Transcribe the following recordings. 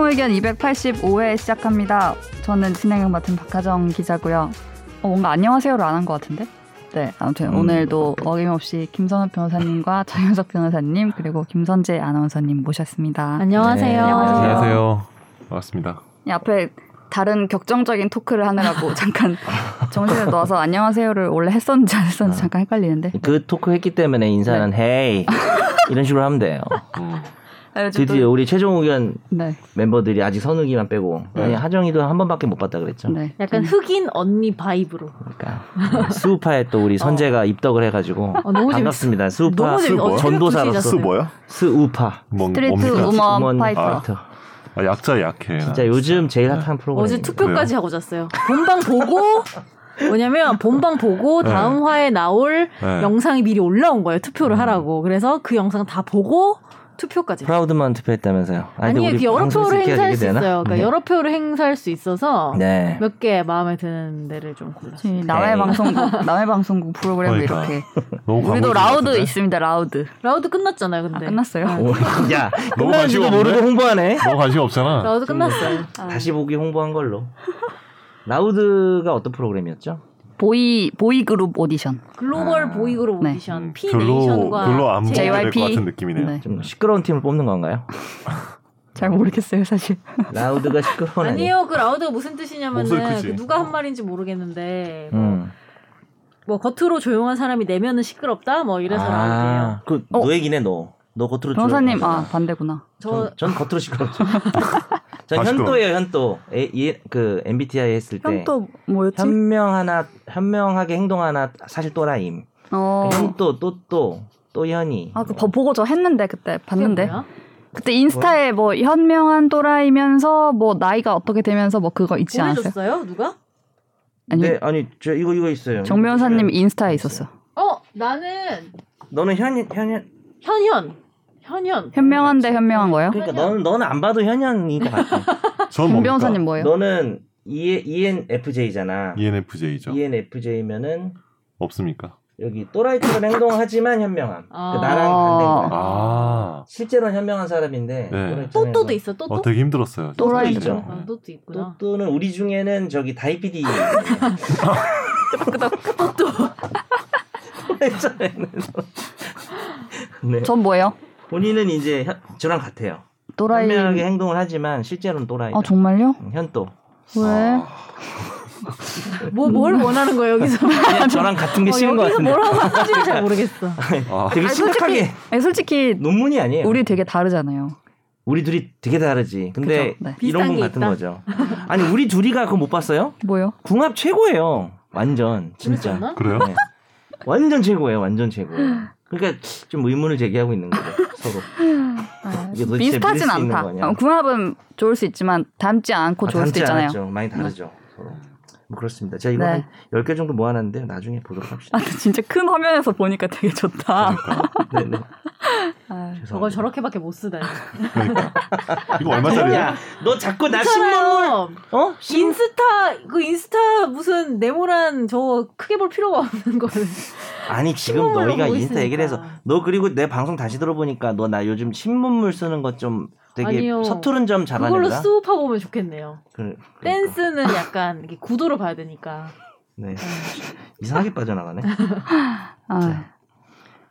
의견 285회 시작합니다. 저는 진행을 맡은 박하정 기자고요. 어, 뭔가 안녕하세요를 안 한 것 같은데? 네, 아무튼 음. 오늘도 어김없이 김선우 변호사님과 정현석 변호사님 그리고 김선재 아나운서님 모셨습니다. 안녕하세요. 네, 안녕하세요. 안녕하세요. 반갑습니다. 이 앞에 다른 격정적인 토크를 하느라고 잠깐 정신을 놓아서 안녕하세요를 원래 했었는지 안 했었는지 잠깐 헷갈리는데 그 토크 했기 때문에 인사는 네. 헤이 이런 식으로 하면 돼요. 음. 아, 요즘 또- 드디어 우리 최종 의견 네, 멤버들이 아직 선욱이만 빼고 네. 아니, 하정이도 한 번밖에 못 봤다 그랬죠. 네. 약간 흑인 언니 바이브로. 그러니까 수우파에 또 우리 선재가 입덕을 해가지고 어, 너무 반갑습니다. 수우파 너무 재밌- 어, 전도사로서 수 뭐야? 수우파 뭔- 스트리트 우먼 우먼 파이터. 파이터. 아, 네. 약자 약해. 진짜 요즘 제일 핫한 프로그램. 어제 네. 투표까지 하고 잤어요. 본방 보고 뭐냐면 본방 보고 네. 다음 화에 나올 네. 영상이 미리 올라온 거예요. 음. 투표를 하라고. 그래서 그 영상 다 보고 투표까지. 프라우드만 투표했다면서요. 아, 근데 아니 우리 그 여러 방송에서 표를 이렇게 행사할 수 하게 되나? 있어요. 그러니까 네. 여러 표를 행사할 수 있어서 네. 몇 개 마음에 드는 데를 좀 골랐어요. 저희 남해 에이. 방송국 남해 방송국 프로그램을 그러니까. 이렇게 너무 우리도 광고주의 라우드 같은데? 있습니다 라우드 라우드 끝났잖아요. 근데 아 끝났어요 네. 오, 야, 너무 관심 끝나는지도 없네? 모르고 홍보하네. 너무 관심 없잖아. 음, 라우드 네. 끝났어요. 음. 다시 보기 홍보한 걸로. 라우드가 어떤 프로그램이었죠? 보이 보이 그룹 오디션 글로벌 아, 보이그룹 네. 오디션 음, P 별로 네이션과 별로 안 보게 JYP. 될것 같은 느낌이네요. 네. 좀 시끄러운 팀을 뽑는 건가요? 잘 모르겠어요 사실 라우드가 시끄러운 아니에요? 아니에요. 그 라우드가 무슨 뜻이냐면은 목소리 크지. 그 누가 한 말인지 모르겠는데 뭐, 음. 뭐 겉으로 조용한 사람이 내면은 시끄럽다 뭐 이래서 아, 라우드예요. 그너 어. 얘기네 너. 너 겉으로 변호사님 조용하잖아. 아 반대구나 저 전, 전 겉으로 시끄럽죠. 다 전 현또예요 현또. 에, 예, 그 MBTI 했을 때. 뭐였지 현명 하나 현명하게 행동 하나 사실 또라임. 현또 또또 또현이. 어. 어아그 보고 저 했는데 그때 봤는데 뭐야? 그때 인스타에 뭐 현명한 또라이면서 뭐 나이가 어떻게 되면서 뭐 그거 있지 않았어요 보내줬어요? 누가? 아니 네 아니 저 이거 이거 있어요. 네. 정 변호사님 인스타에 있었어 어 나는 너는 현이 현현 현현 현현 현명한데 현명한 거예요 그러니까 너는 너는 안 봐도 현현인 것 같아. 전 정 뭡니까? 변호사님 뭐예요 너는 E ENFJ잖아. E E ENFJ죠. 예. ENFJ면은 없습니까? 여기 또라이처럼 행동하지만 현명함. 아. 그러니까 나랑 반대인 거야. 아, 실제로는 현명한 사람인데 네. 또라이처럼 또또도 행동- 있어 또또 어 되게 힘들었어요. 진짜. 또라이죠. 네. 아, 또또 있구나 또또는 우리 중에는 저기 다이피디 또또또또는 네. 전 뭐예요 본인은 이제 현- 저랑 같아요. 또라이 현명하게 행동을 하지만 실제로는 또라이. 아 정말요 현또. 왜 아, 뭐 뭘 원하는 거예요 여기서 그냥 저랑 같은 게 어, 싫은 것 여기서 같은데. 뭘 하고 하는지 잘 모르겠어 아, 되게 아니, 심각하게 아니, 솔직히 논문이 아니에요. 우리 되게 다르잖아요. 우리 둘이 되게 다르지. 근데 그죠? 네. 이런 비슷한 건 게 같은 있다. 거죠. 아니 우리 둘이가 그거 못 봤어요? 뭐요? 궁합 최고예요. 완전 진짜. 그랬었나? 그래요? 네. 완전 최고예요. 완전 최고. 그러니까 좀 의문을 제기하고 있는 거죠. 서로. 아, 이게 도대체 믿을 비슷하진 수 있는 않다. 거냐? 어, 궁합은 좋을 수 있지만 닮지 않고 아, 좋을 수도 닮지 있잖아요. 않았죠. 많이 다르죠. 서로. 뭐 그렇습니다. 제가 이거 네. 한 10개 정도 모아놨는데 나중에 보도록 합시다. 아, 진짜 큰 화면에서 보니까 되게 좋다. 네, 네. 아, 저걸 저렇게밖에 못 쓰다니 그러니까 이거 얼마짜리야? 야, 너 자꾸 나 신문 괜찮아요 어? 인스타 그 인스타 무슨 네모란 저 크게 볼 필요가 없는 거는 아니 지금 신문물로 너희가 보고 인스타 얘기를 해서 있으니까. 너 그리고 내 방송 다시 들어보니까 너 나 요즘 신문물 쓰는 것 좀 되게 아니요. 서투른 점 그걸로 잘하는다. 수업하고 오면 좋겠네요. 그- 그러니까. 댄스는 약간 이게 구도로 봐야 되니까. 네. 음. 이상하게 빠져나가네. 아, 자,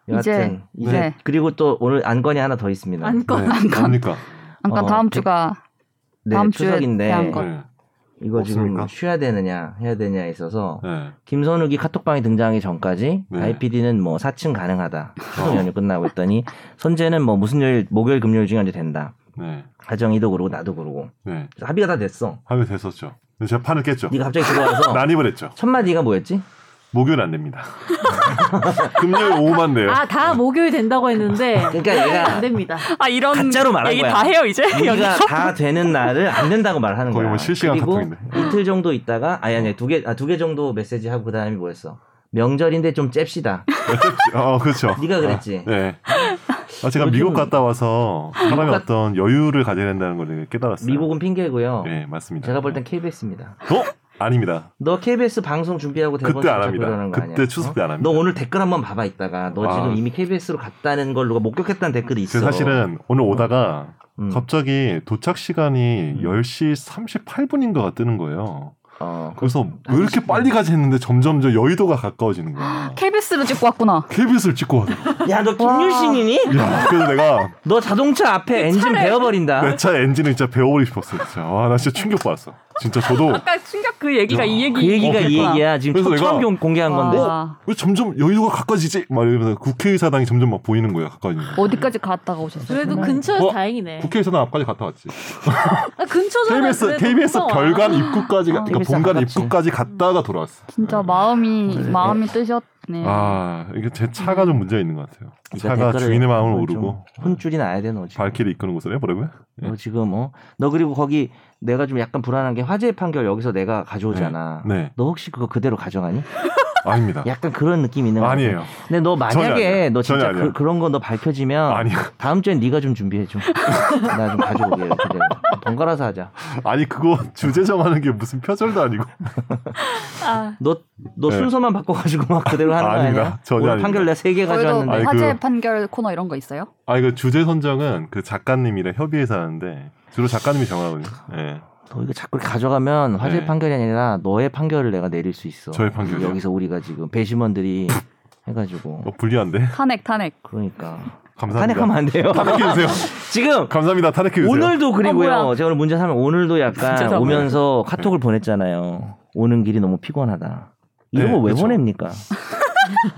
여하튼 이제- 이제, 네. 그리고 또 오늘 안건이 하나 더 있습니다. 안건 네. 뭡니까? 아까 어, 다음 그- 주가 네, 다음 주에 추석인데 대한 거. 네. 이거 없습니까? 지금 쉬어야 되느냐 해야 되냐에 있어서 네. 김선욱이 카톡방에 등장하기 전까지 네. IPD는 뭐 사칭 가능하다. 추석 연휴 끝나고 있더니 선재는 뭐 무슨 요일 목요일 금요일 중에 언제 된다. 네. 하정이도 그러고 나도 그러고 네. 그래서 합의가 다 됐어. 하면 됐었죠. 근데 제가 판을 깼죠. 네가 갑자기 들어와서 난입을 했죠. 첫 마디가 뭐였지? 목요일 안 됩니다. 금요일 오후만 돼요. 아 다 목요일 된다고 했는데 그러니까 안 얘가 됩니다. 아 이런 가짜로 말한 얘기 거야. 다 해요 이제 우리가 다 되는 날을 안 된다고 말하는 거의 거야. 뭐 실시간 그리고 카톡인데. 이틀 정도 있다가 아니 아니 두 개 아 두 개 정도 메시지 하고 그다음에 뭐였어? 명절인데 좀 잽시다. 어, 그렇죠. 네가 그랬지. 아, 네. 아, 제가 미국 갔다 와서 사람이 갔- 어떤 여유를 가져야 된다는 걸 되게 깨달았어요. 미국은 핑계고요. 예, 맞습니다. 제가 볼 땐 KBS입니다. 어? 아닙니다. 너 KBS 방송 준비하고 대본 그때 안 작작 합니다. 그러는 거 아니야? 어? 그때 추석 때 안 합니다. 너 오늘 댓글 한번 봐봐 있다가 너 아. 지금 이미 KBS로 갔다는 걸 누가 목격했다는 댓글이 있어. 그 사실은 오늘 오다가 음. 갑자기 도착 시간이 음. 10시 38분인가가 뜨는 거예요. 어, 그- 그래서 왜 이렇게 빨리 가지 했는데 점점 저 여의도가 가까워지는 아, 거야. KBS를 찍고 왔구나. KBS를 찍고 가더라고. 야, 너 김유신이니? 야, 그래서 내가 너 자동차 앞에 엔진 베어버린다. 내 차 엔진을 진짜 배워버리고 싶었어. 진짜. 와, 나 진짜 충격받았어. 진짜 저도 아까 충격 그 얘기가 야, 이 얘기. 그 얘기가 이 그렇구나. 얘기야. 지금 어, 그러니까. 그래서 처, 내가- 음 공개한 건데. 와, 왜 점점 여의도가 가까워지지? 막 이러면서 국회의사당이 점점 막 보이는 거야, 가까워지는 거 어디까지 갔다가 오셨어요? 그래도 그러면? 근처에서 어? 다행이네. 국회의사당 앞까지 갔다 왔지. 아, 근처잖아. KBS, 그래도 KBS 고마워. 별관 입구까지, 가- 아, 그러니까 KBS 본관 가깝지. 입구까지 갔다가 돌아왔어. 진짜 마음이 그래. 마음이 뜨셨네요. 아, 이게 제 차가 좀 문제가 있는 것 같아요. 이 제가 차가 댓글을 주인의 마음을 좀 모르고 혼줄이 나야 돼, 너 지금. 발길이 이끄는 곳을 해보라고요? 너 지금 어? 너 그리고 거기 내가 좀 약간 불안한 게 화재 판결 여기서 내가 가져오잖아. 네, 너 혹시 그거 그대로 가져가니? 아닙니다. 약간 그런 느낌 있는 거 같아. 아니에요. 근데 너 만약에 아니에요. 너 진짜 전혀 아니에요. 그, 런 거 너 밝혀지면 아니요. 다음 주엔 네가 좀 준비해 줘. 나 좀 가져오게 그대로. 번갈아서 하자. 아니 그거 주제 정하는 게 무슨 표절도 아니고 아, 너 너 네. 순서만 바꿔가지고 막 그대로 하는 거 아닙니다. 아니야? 전혀 오늘 아닙니다. 판결 내가 세 개 저희도 가져왔는데 아니, 화재 그- 판결 코너 이런 거 있어요? 아 이거 주제 선정은 그 작가님이랑 협의해서 하는데 주로 작가님이 정하거든요 예 너 어, 이거 자꾸 이렇게 가져가면 화재 네. 판결이 아니라 너의 판결을 내가 내릴 수 있어. 저의 판결이요? 여기서 우리가 지금 배심원들이 해가지고 어, 불리한데 탄핵 탄핵. 그러니까 감사합니다 탄핵하면 안 돼요. 탄핵해주세요 지금 감사합니다 탄핵해주세요 오늘도 그리고요. 아, 뭐야. 제가 오늘 문제 삼면 오늘도 진짜 약간 너무해. 오면서 카톡을 보냈잖아요. 오는 길이 너무 피곤하다. 이런 네, 거뭐 왜 그쵸. 보냅니까?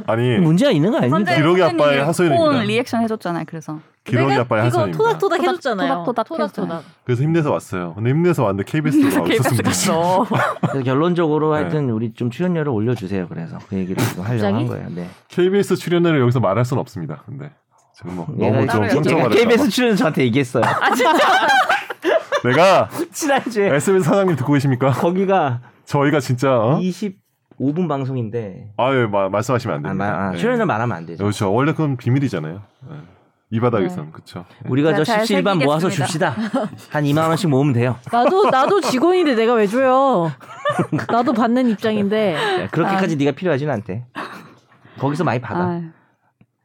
아니 문제가 있는 거 아닙니까? 선제- 기록이 아빠의 하소연입니다. 폰 리액션 해줬잖아요. 그래서 기록이 내가 아빠의 이거 하선입니다 토닥토닥 해줬잖아요. 토닥토닥 토닥토닥. 그래서 힘내서 왔어요 근데 힘내서 왔는데 어, KBS가 없었습니다 갔어. 그래서 결론적으로 네. 하여튼 우리 좀 출연료를 올려주세요. 그래서 그 얘기를 지금 하려고 한 갑자기? 거예요. 네. KBS 출연을 여기서 말할 수는 없습니다 근데 지금 뭐 예, 너무 얘가, 좀 따로 깜짝 얘가 말했다 KBS 출연 저한테 얘기했어요. 아, 내가 지난주에 SBS 사장님 듣고 계십니까? 거기가 저희가 진짜 어? 25분 방송인데 아유 예, 마- 말씀하시면 안 아, 됩니다 마, 아, 예. 출연료 말하면 안 되죠. 그렇죠. 원래 그건 비밀이잖아요. 예. 이 네. 바닥에선 그렇죠. 우리가 저 잘 17반 모아서 새기겠습니다. 줍시다. 한 2만 원씩 모으면 돼요. 나도 나도 직원인데 내가 왜 줘요? 나도 받는 입장인데. 야, 그렇게까지 네가 필요하진 않대. 거기서 많이 받아. 아,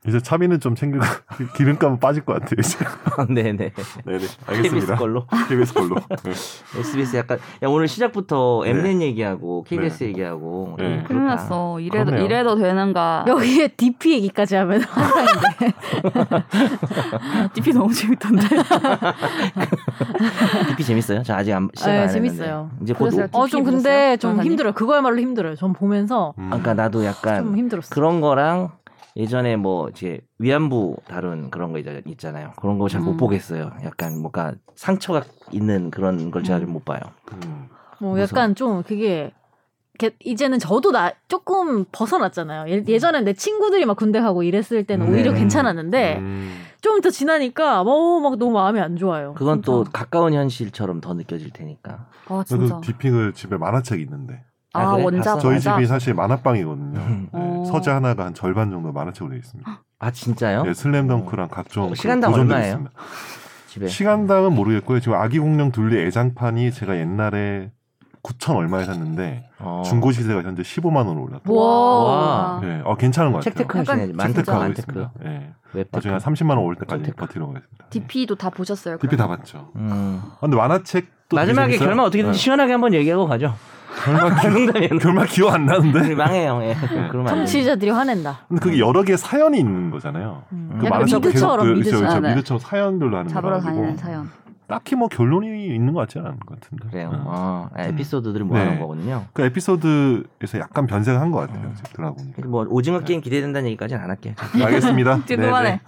이제 차비는 좀 챙기고 기름값은 빠질 것 같아요. 이제. 네네. 네네. KBS 알겠습니다. 걸로. KBS 걸로. 네. SBS 약간 야 오늘 시작부터 네. Mnet 얘기하고 KBS 얘기하고 네. 음, 큰일 그렇다. 났어. 이래도 그렇네요. 이래도 되는가? 여기에 DP 얘기까지 하면 화상인데. DP 너무 재밌던데. DP 재밌어요? 저 아직 안 시작 안 네, 했는데. 재밌어요. 이제 곧. 그래서요? 오- 어, 좀 DP 근데 보셨어요? 아, 좀 변호사님? 힘들어요. 그거야말로 힘들어요. 전 보면서 음. 그러니까 나도 좀 약간 힘들었어요. 그런 거랑 예전에 뭐 이제 위안부 다룬 그런 거 있- 있잖아요. 그런 거 잘 못 음. 보겠어요. 약간 뭔가 상처가 있는 그런 걸 제가 좀 못 봐요. 음. 뭐 약간 좀 그게 이렇게 이제는 저도 나 조금 벗어났잖아요. 음. 예, 예전엔 내 친구들이 막 군대 가고 이랬을 때는 네. 오히려 괜찮았는데 음. 좀 더 지나니까 뭐, 막 너무 마음이 안 좋아요. 그건 진짜. 또 가까운 현실처럼 더 느껴질 테니까. 아 진짜. 저도 디핑을 집에 만화책이 있는데 아, 아, 그래? 원작 봤어? 저희 원작. 집이 사실 만화방이거든요. 음. 네. 어. 서재 하나가 한 절반 정도 만화책으로 되어 있습니다. 아 진짜요? 네, 슬램덩크랑 각종 그 어. 시간당 고전들이 얼마예요? 네. 있습니다. 집에. 시간당은 모르겠고요. 지금 아기 공룡 둘리 애장판이 제가 옛날에 9천 얼마에 샀는데 어. 중고 시세가 현재 15만 원으로 올랐다. 와. 와. 네, 어 괜찮은 것 같아요. 책테크 하시네. 약간 만테크 선택하고 만테크. 있습니다. 예. 웹 나중에 한 30만 원 올 때까지 선택. 버티러 가겠습니다. DP도 다 보셨어요? DP 그럼? 다 봤죠. 음. 아, 근데 만화책도 마지막에 되게 재밌어요. 결말 어떻게든 네. 시원하게 한번 얘기하고 가죠. 결말 기- 농담이에요. 결말 기억 안 나는데. 네. 우리 망해요. 예. 그러면 안 돼. 청취자들이 화낸다. 근데 그게 여러 개의 사연이 있는 거잖아요. 음. 그 많은 약간 만화책도 미드처럼 계속 그- 그렇죠, 미드처럼. 그렇죠. 네. 미드처럼 사연들로 하는 잡으러 거라 다니는 가지고 사연. 딱히 뭐 결론이 있는 것 같지는 않은 것 같은데. 그래요. 응. 어, 아, 음. 에피소드들을 모아놓은 네. 거군요. 그 에피소드에서 약간 변색한 것 같아요. 음. 지금 들어보니까. 뭐 오징어 네. 게임 기대된다는 얘기까지는 안 할게요. 알겠습니다. 네, 지금 그만해. 네.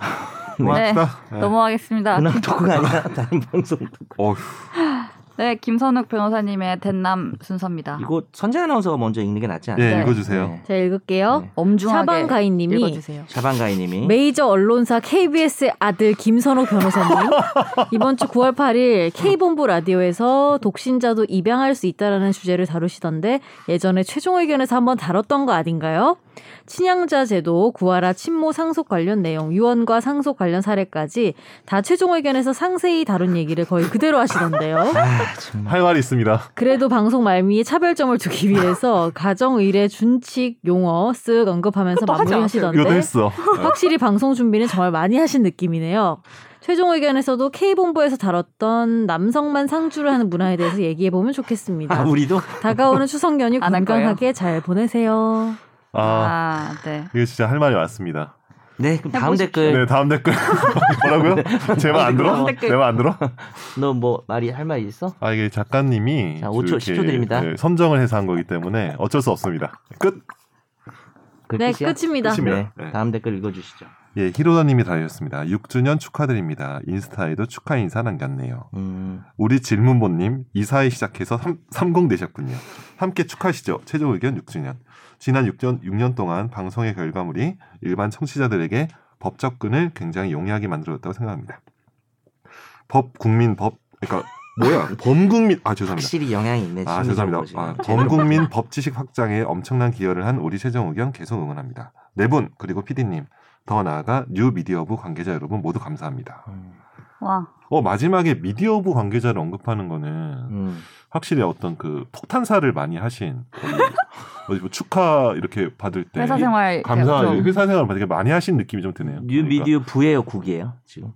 네. 고맙다. 넘어가겠습니다. 그냥 토크가 아니라 다른 방송. 어휴. 네, 김선욱 변호사님의 된남 순서입니다. 이거 선재 아나운서가 먼저 읽는 게 낫지 않나요? 네, 네. 읽어주세요. 네. 제가 읽을게요. 네. 엄중하게 사방가인님이 읽어주세요. 자방가이님이 메이저 언론사 KBS의 아들 김선호 변호사님 이번 주 9월 8일 K본부 라디오에서 독신자도 입양할 수 있다라는 주제를 다루시던데 예전에 최종 의견에서 한번 다뤘던 거 아닌가요? 친양자 제도, 구하라 친모 상속 관련 내용, 유언과 상속 관련 사례까지 다 최종 의견에서 상세히 다룬 얘기를 거의 그대로 하시던데요. 아 정말 네. 할 말이 있습니다. 그래도 방송 말미에 차별점을 두기 위해서 가정의례 준칙 용어 쓱 언급하면서 네. 그것도 하지 않았어요. 네. 마무리하시던데 이것도 했어. 확실히 방송 준비는 정말 많이 하신 느낌이네요. 최종 의견에서도 K본부에서 다뤘던 남성만 상주를 하는 문화에 대해서 얘기해 보면 좋겠습니다. 아, 우리도 다가오는 추석 연휴 안할 거예요. 건강하게 잘 보내세요. 아, 아, 네. 이거 진짜 할 말이 많습니다. 네 그럼 다음 해보십시오. 댓글 네, 다음 댓글 뭐라고요? 제 말 안 들어? 다음 댓글. 내 말 안 들어? 너 뭐 말이 할 말 있어? 아 이게 작가님이 자, 5초, 이렇게, 10초 드립니다. 네, 선정을 해서 한 거기 때문에 어쩔 수 없습니다. 끝. 그 네, 끝이야? 끝입니다. 끝입니다. 네, 네. 다음 댓글 읽어주시죠. 예, 히로다님이 달으셨습니다. 6주년 축하드립니다. 인스타에도 축하 인사 남겼네요. 음, 우리 질문보님 이사에 시작해서 3, 0 되셨군요. 함께 축하하시죠. 최종 의견 6주년. 지난 6년, 6년 동안 방송의 결과물이 일반 청취자들에게 법 접근을 굉장히 용이하게 만들어졌다고 생각합니다. 법, 국민, 법, 그러니까 뭐야? 범국민, 아 죄송합니다. 확실히 영향이 있네. 아 심리적으로 죄송합니다. 지금. 아, 범국민 법 지식 확장에 엄청난 기여를 한 우리 최종 의견 계속 응원합니다. 네 분 그리고 PD님 더 나아가 뉴 미디어부 관계자 여러분 모두 감사합니다. 음, 와, 어 마지막에 미디어부 관계자를 언급하는 거는 음. 확실히 어떤 그 폭탄사를 많이 하신 거의 어디 뭐 축하 네, 이렇게 받을 때 회사 생활 감사 좀 회사 생활 되게 많이 하신 느낌이 좀 드네요. 뉴 그러니까. 미디어 부예요, 국이에요 지금.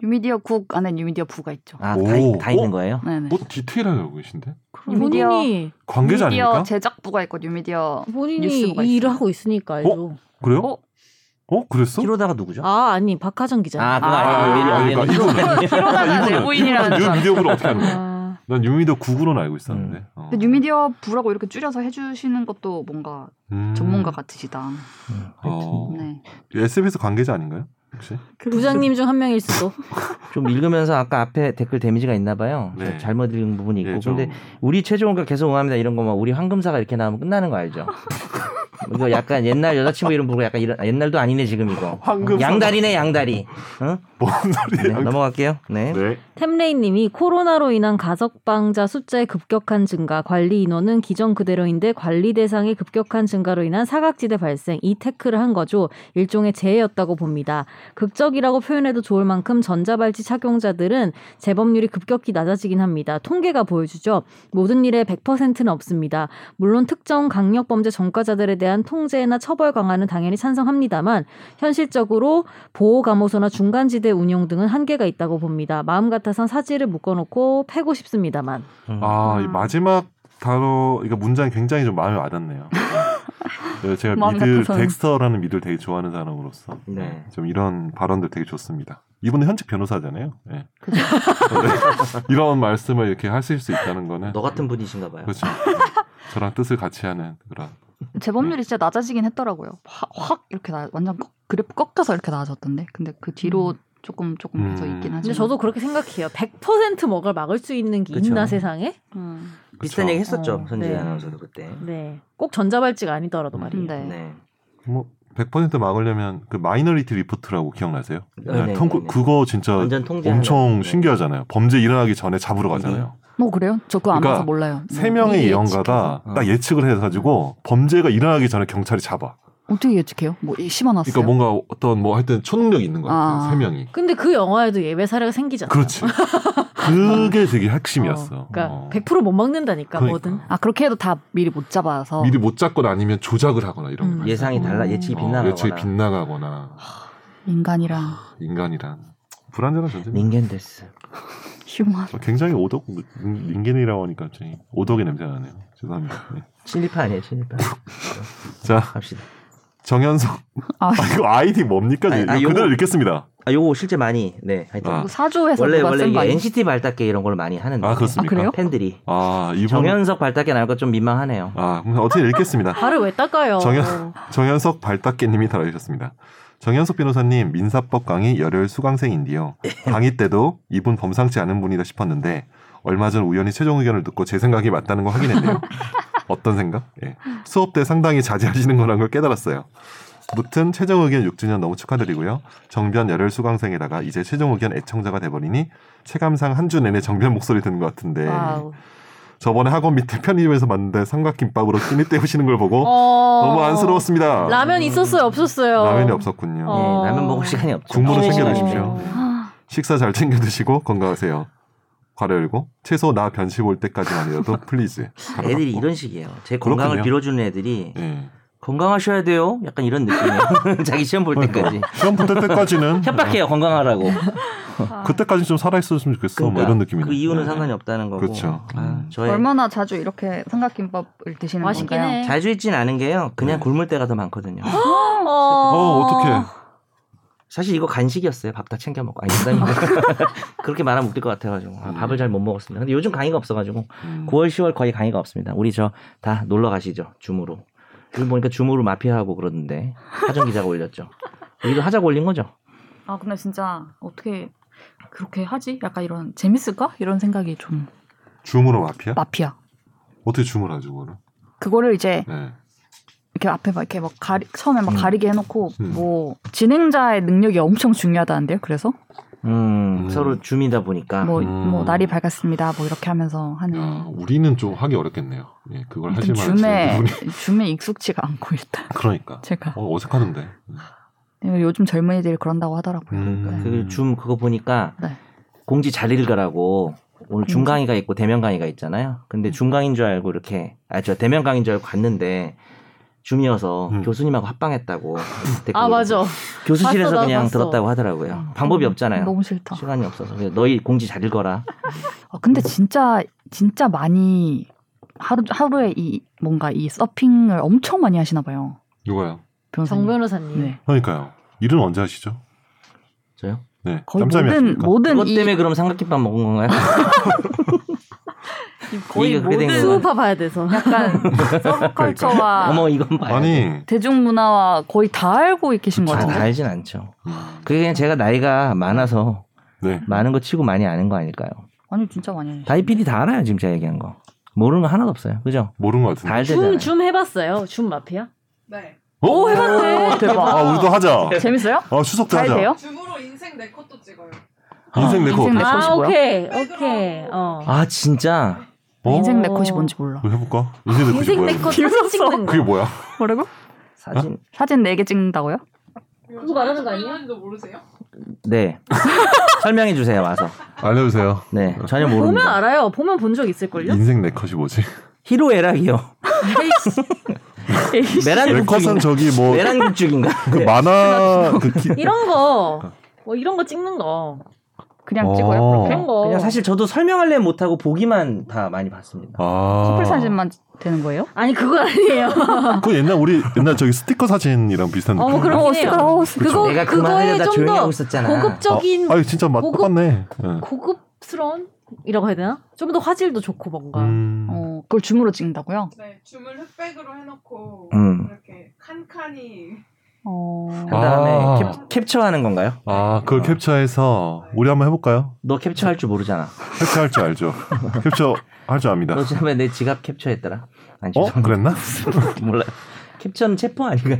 뉴미디어 국 안에 뉴미디어 부가 있죠. 아, 오. 다, 있- 다 있는 어? 거예요? 네네. 뭐 디테일하게 알고 계신데 뉴미디어- 본인이 관계자 뉴미디어 아닙니까? 제작부가 있고 뉴미디어 본인이 뉴스부가 이 일을 뭐 있어요. 하고 있으니까 알죠. 그래요? 어? 어? 그랬어? 히로다가 누구죠? 아 아니 박하정 기자. 아, 그거 아, 아니고 아, 얘는- 그러니까 얘는 이거는- 히로다. 히로다가 아, 이거는- 내부인이라는 뉴 줄 음. 미디어부를 어떻게 하는 거야? 아, 난 뉴미디어 국으로는 알고 있었는데. 어. 근데 뉴미디어 부라고 이렇게 줄여서 해주시는 것도 뭔가 음. 전문가 같으시다. 음, 어. 네. SBS 관계자 아닌가요? 혹시? 부장님 중 한 명일 수도. 좀 읽으면서 아까 앞에 댓글 데미지가 있나 봐요. 네. 자- 잘못 읽은 부분이 있고. 예, 좀- 근데 우리 최종가 계속 응합니다 이런 거막 뭐 우리 황금사가 이렇게 나오면 끝나는 거 알죠? 이거 약간 옛날 여자친구 이름 부르고 약간 이런- 옛날도 아니네 지금 이거. 황금사가- 양다리네 양다리. 응? 뭔 네, 소리야? 넘어갈게요. 네. 네. 템레이님이 코로나로 인한 가석방자 숫자의 급격한 증가, 관리 인원은 기존 그대로인데 관리 대상의 급격한 증가로 인한 사각지대 발생, 이 테크를 한 거죠. 일종의 재해였다고 봅니다. 극적이라고 표현해도 좋을 만큼 전자발찌 착용자들은 재범률이 급격히 낮아지긴 합니다. 통계가 보여주죠. 모든 일에 100%는 없습니다. 물론 특정 강력범죄 전과자들에 대한 통제나 처벌 강화는 당연히 찬성합니다만 현실적으로 보호 감호소나 중간지대 운영 등은 한계가 있다고 봅니다. 마음 같아선 사지를 묶어놓고 패고 싶습니다만. 음. 아, 이 음. 마지막 단어, 그러니까 문장이 굉장히 좀 마음에 와닿네요. 네, 제가 마음 미들, 같아서는. 덱스터라는 미들 되게 좋아하는 사람으로서. 네. 좀 이런 발언들 되게 좋습니다. 이분은 현직 변호사잖아요. 예. 이런 말씀을 이렇게 하실 수 있다는 거는. 너 같은 분이신가 봐요. 그렇죠. 저랑 뜻을 같이 하는 그런. 재범률이 진짜 낮아지긴 했더라고요. 확, 확 이렇게 나, 완전 꺾, 그래프 꺾여서 이렇게 낮아졌던데. 근데 그 뒤로 조금 조금 음. 계속 있긴 하지만. 근데 저도 그렇게 생각해요. 100% 먹을 막을 수 있는 게 그쵸. 있나 세상에? 음. 비슷한 그쵸. 얘기 했었죠. 어, 선재 네. 아나운서도 그때. 네. 꼭 전자발찌가 음. 아니더라도 말이에요. 네. 네. 뭐 100% 막으려면 그 마이너리티 리포트라고 기억나세요? 네, 네, 통- 네, 네. 그거 진짜 완전 통제. 어, 네. 엄청 신기하잖아요. 범죄 일어나기 전에 잡으러 가잖아요. 뭐 그래요? 저 그거 안 그러니까 봐서 몰라요. 세 음. 명의 미리 예측해서. 예언가가 어. 딱 예측을 해가지고 범죄가 일어나기 전에 경찰이 잡아. 어떻게 예측해요? 뭐 심어놨어요? 그러니까 뭔가 어떤 뭐 하여튼 초능력이 있는 것 같아요. 아. 세 명이. 근데 그 영화에도 예외 사례가 생기잖아. 그렇지. 그게 되게 핵심이었어. 그러니까 어. 100%못 막는다니까 그러니까. 뭐든. 아 그렇게 해도 다 미리 못 잡아서. 미리 못 잡거나 아니면 조작을 하거나 이런 음. 거. 예상이 달라 어. 예측이 어, 빗나가거나. 예측이 빗나가거나 인간이랑 인간이란 불안전한 존재입니다. 닌겐데스. 휴먼. 어, 굉장히 오독 링겐이라고 하니까 갑자기 오독의 냄새가 나네요. 죄송합니다. 네. 신입파 아니에요 신입파. 자 갑시다. 정현석 아. 아 이거 아이디 뭡니까? 아니, 이거 아니, 그대로 요거- 읽겠습니다. 아 요거 실제 많이 네 하여튼 아. 뭐 사주에서 원래 누가 원래 예. 쓴거 이게 아니에요? NCT 발달계 이런 걸 많이 하는데 아 그렇습니까? 아, 그래요? 팬들이 아 이분 정현석 발달계 나올 거 좀 민망하네요. 예, 아 그럼 어떻게 읽겠습니다. 발을 왜 어. 닦아요? 정연- 정현석 발닦개님이 달아주셨습니다. 정현석 변호사님 민사법 강의 열혈 수강생인데요. 강의 때도 이분 범상치 않은 분이다 싶었는데 얼마 전 우연히 최종 의견을 듣고 제 생각이 맞다는 거 확인했네요. 어떤 생각? 예. 수업 때 상당히 자제하시는 거란 걸 깨달았어요. 무튼 최종 의견 6주년 너무 축하드리고요. 정변 열혈 수강생에다가 이제 최종 의견 애청자가 돼버리니 체감상 한 주 내내 정변 목소리 듣는 것 같은데 와우. 저번에 학원 밑에 편의점에서 봤는데 삼각김밥으로 끼니 때우시는 걸 보고 어... 너무 안쓰러웠습니다. 라면 있었어요, 없었어요? 라면이 없었군요. 어. 예, 라면 먹을 시간이 없죠. 국물은 어. 챙겨 드십시오. 네. 음, 식사 잘 챙겨 드시고 건강하세요. 괄호 열고 최소 나 변시 올 때까지만이라도 플리즈. 괄호 애들이 닫고. 이런 식이에요. 제 그렇군요. 건강을 빌어주는 애들이 예. 건강하셔야 돼요. 그러니까. 약간 이런 느낌이에요. 자기 시험 볼 때까지 시험 붙을 때까지는 협박해요. 건강하라고. 아, 그때까지 좀 살아 있었으면 좋겠어. 뭐 그러니까 이런 뭐 느낌이네. 그 이유는 네. 상관이 없다는 거고. 그렇죠. 아, 음. 저의 얼마나 자주 이렇게 삼각김밥을 드시는 맛있긴 건가요? 해. 자주 있진 않은게요. 그냥 네. 굶을 때가 더 많거든요. 어, 어떡해. 사실 이거 간식이었어요. 밥 다 챙겨 먹고. 아니, 농담인데. 그렇게 말하면 웃길 것 같아가지고. 네. 아, 밥을 잘 못 먹었습니다. 근데 요즘 강의가 없어가지고. 음. 9월, 10월 거의 강의가 없습니다. 우리 저 다 놀러 가시죠. 줌으로. 지금 보니까 줌으로 마피아하고 그러는데. 하정 기자가 올렸죠. 우리도 하자고 올린 거죠. 아 근데 진짜 어떻게 그렇게 하지? 약간 이런 재밌을까? 이런 생각이 좀 줌으로 마피아? 마피아. 어떻게 줌을 하죠, 그거를? 그거를 이제 네. 이렇게 앞에 막 이렇게 막 가리 처음에 막 음. 가리게 해놓고 음. 뭐 진행자의 능력이 엄청 중요하다는데요. 그래서 음, 음. 서로 줌이다 보니까. 뭐 뭐 음. 날이 밝았습니다. 뭐 이렇게 하면서 하는. 야, 우리는 좀 하기 어렵겠네요. 예, 그걸 하실 일단 만한 줌에 분이 줌에 익숙치가 않고 일단 그러니까 제가 어, 어색하던데. 요즘 젊은이들이 그런다고 하더라고요. 음. 그 줌 그거 보니까 네. 공지 잘 읽으라고 오늘 줌 공지. 강의가 있고 대면 강의가 있잖아요. 음. 근데 줌 강의인 줄 알고 이렇게 아 저 대면 강의인 줄 알고 갔는데 줌이어서 음. 교수님하고 합방했다고 댓글 아 맞아. 교수실에서 봤어, 나도 그냥 봤어. 음. 뭐, 들었다고 하더라고요. 방법이 없잖아요. 음. 너무 싫다. 시간이 없어서 그래서 너희 공지 잘 읽어라. 아, 음. 근데 진짜 진짜 많이 하루 하루에 이 뭔가 이 서핑을 엄청 많이 하시나 봐요. 누가요? 변호사님. 정 변호사님. 네. 그러니까요. 일은 언제 하시죠? 저요? 네. 거의 짬짬이 모든 하십니까? 모든 그것 이 때문에 그럼 삼각김밥 먹은 건가요? 거의 이게 그렇게 모든 된 거구나. 수우파 봐야 돼서. 약간 아. 서브컬처와 그러니까. 어머 이건 봐요. 아니. 대중문화와 거의 다 알고 계신 것 아, 같은데. 알진 않죠. 음, 그게 그냥 제가 나이가 많아서 네. 많은 거 치고 많이 아는 거 아닐까요? 아니 진짜 많이 하시죠. 다이 PD 다 알아요 지금 제가 얘기한 거. 모르는 거 하나도 없어요. 그죠? 모르는 것 같은데. 다 알잖아요. 줌, 줌 해봤어요. 줌 마피아? 네. 오, 해봤네. 대박. 어? 아, 우리도 하자. 재밌어요? 아, 추석 때 잘 하자. 돼요? 줌으로 인생 내 컷도 찍어요. 인생 내거 인생 어때? 내 컷. 아 그것이 뭐야? 오케이 오케이. 어. 아 진짜 어? 인생 내 어. 컷이 뭔지 몰라. 이거 해볼까? 인생 내컷이 인생 뭐야? 내컷 근데? 찍는 그게 거. 뭐야? 뭐라고? 사진 사진 4개 찍는다고요? 그거 말하는 거 아니야? 도 모르세요? 네 설명해 주세요 와서 알려주세요. 네 전혀 보면 모릅니다 알아요. 보면 본 적 있을걸요? 인생 내컷이 뭐지? 히로에락이요 내컷은 아, 메란국죽인가 저기 뭐 그 메란국죽인가 네. 만화 그 키... 이런 거. 뭐 이런 거 찍는 거. 그냥 어. 찍어요? 그렇게? 그런 거. 그냥 사실 저도 설명할래 못하고 보기만 다 많이 봤습니다 아. 커플 사진만 되는 거예요? 아니 그건 아니에요. 그 옛날 우리 옛날 저기 스티커 사진이랑 비슷한 어, 느낌. 그럼 어, 해요. 스카우 그거 내가 그거에 그만하려다 좀 조용히 하고 더 있었잖아 고급적인 아, 진짜 뭐, 맛그 고급- 똑같네. 예. 고급스러운 이라고 해야 되나? 좀 더 화질도 좋고 뭔가. 음. 어, 그걸 줌으로 찍는다고요? 네. 줌을 흑백으로 해놓고 음. 이렇게 칸칸이 어. 한 다음에 아. 캡, 캡처하는 건가요? 아, 그걸 캡처해서 우리 한번 해볼까요? 너 캡처할 줄 모르잖아 캡처할 줄 알죠. 캡처 할 줄 압니다. 어, 너 지난번에 내 지갑 캡처했더라 아니 어? 죄송합니다. 그랬나? 몰라 캡처는 체포 아닌가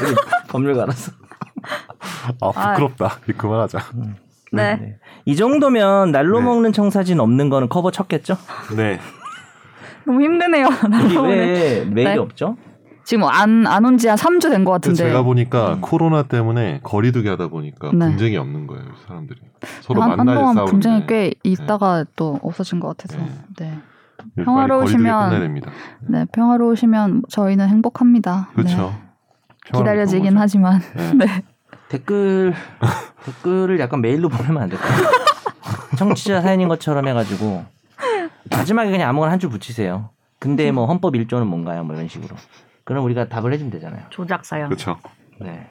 법률가 알아서 아 부끄럽다. 이 그만하자. 네. 이 정도면 날로 네. 먹는 청사진 없는 거는 커버 쳤겠죠? 네. 너무 힘드네요. 이게 오늘. 왜 메일이 네. 없죠? 지금 안 안 온 지 한 3주 된 것 근데 같은데. 제가 보니까 음. 코로나 때문에 거리두기 하다 보니까 네. 분쟁이 없는 거예요. 사람들이 서로 한, 만나야 한동안 싸우는데 분쟁이 꽤 있다가 또 없어진 것 같아서. 네. 네. 빨리 평화로우시면- 거리두기 끝내야 됩니다. 네, 평화로우시면 저희는 행복합니다. 네. 그렇죠. 기다려지긴 하지만. 네. 댓글 댓글을 약간 메일로 보내면 안 될까요? 청취자 사연인 것처럼 해가지고 마지막에 그냥 아무거나 한 줄 붙이세요. 근데 뭐 헌법 1조는 뭔가요? 뭐 이런 식으로. 그럼 우리가 답을 해주면 되잖아요. 조작사연. 그렇죠. 네.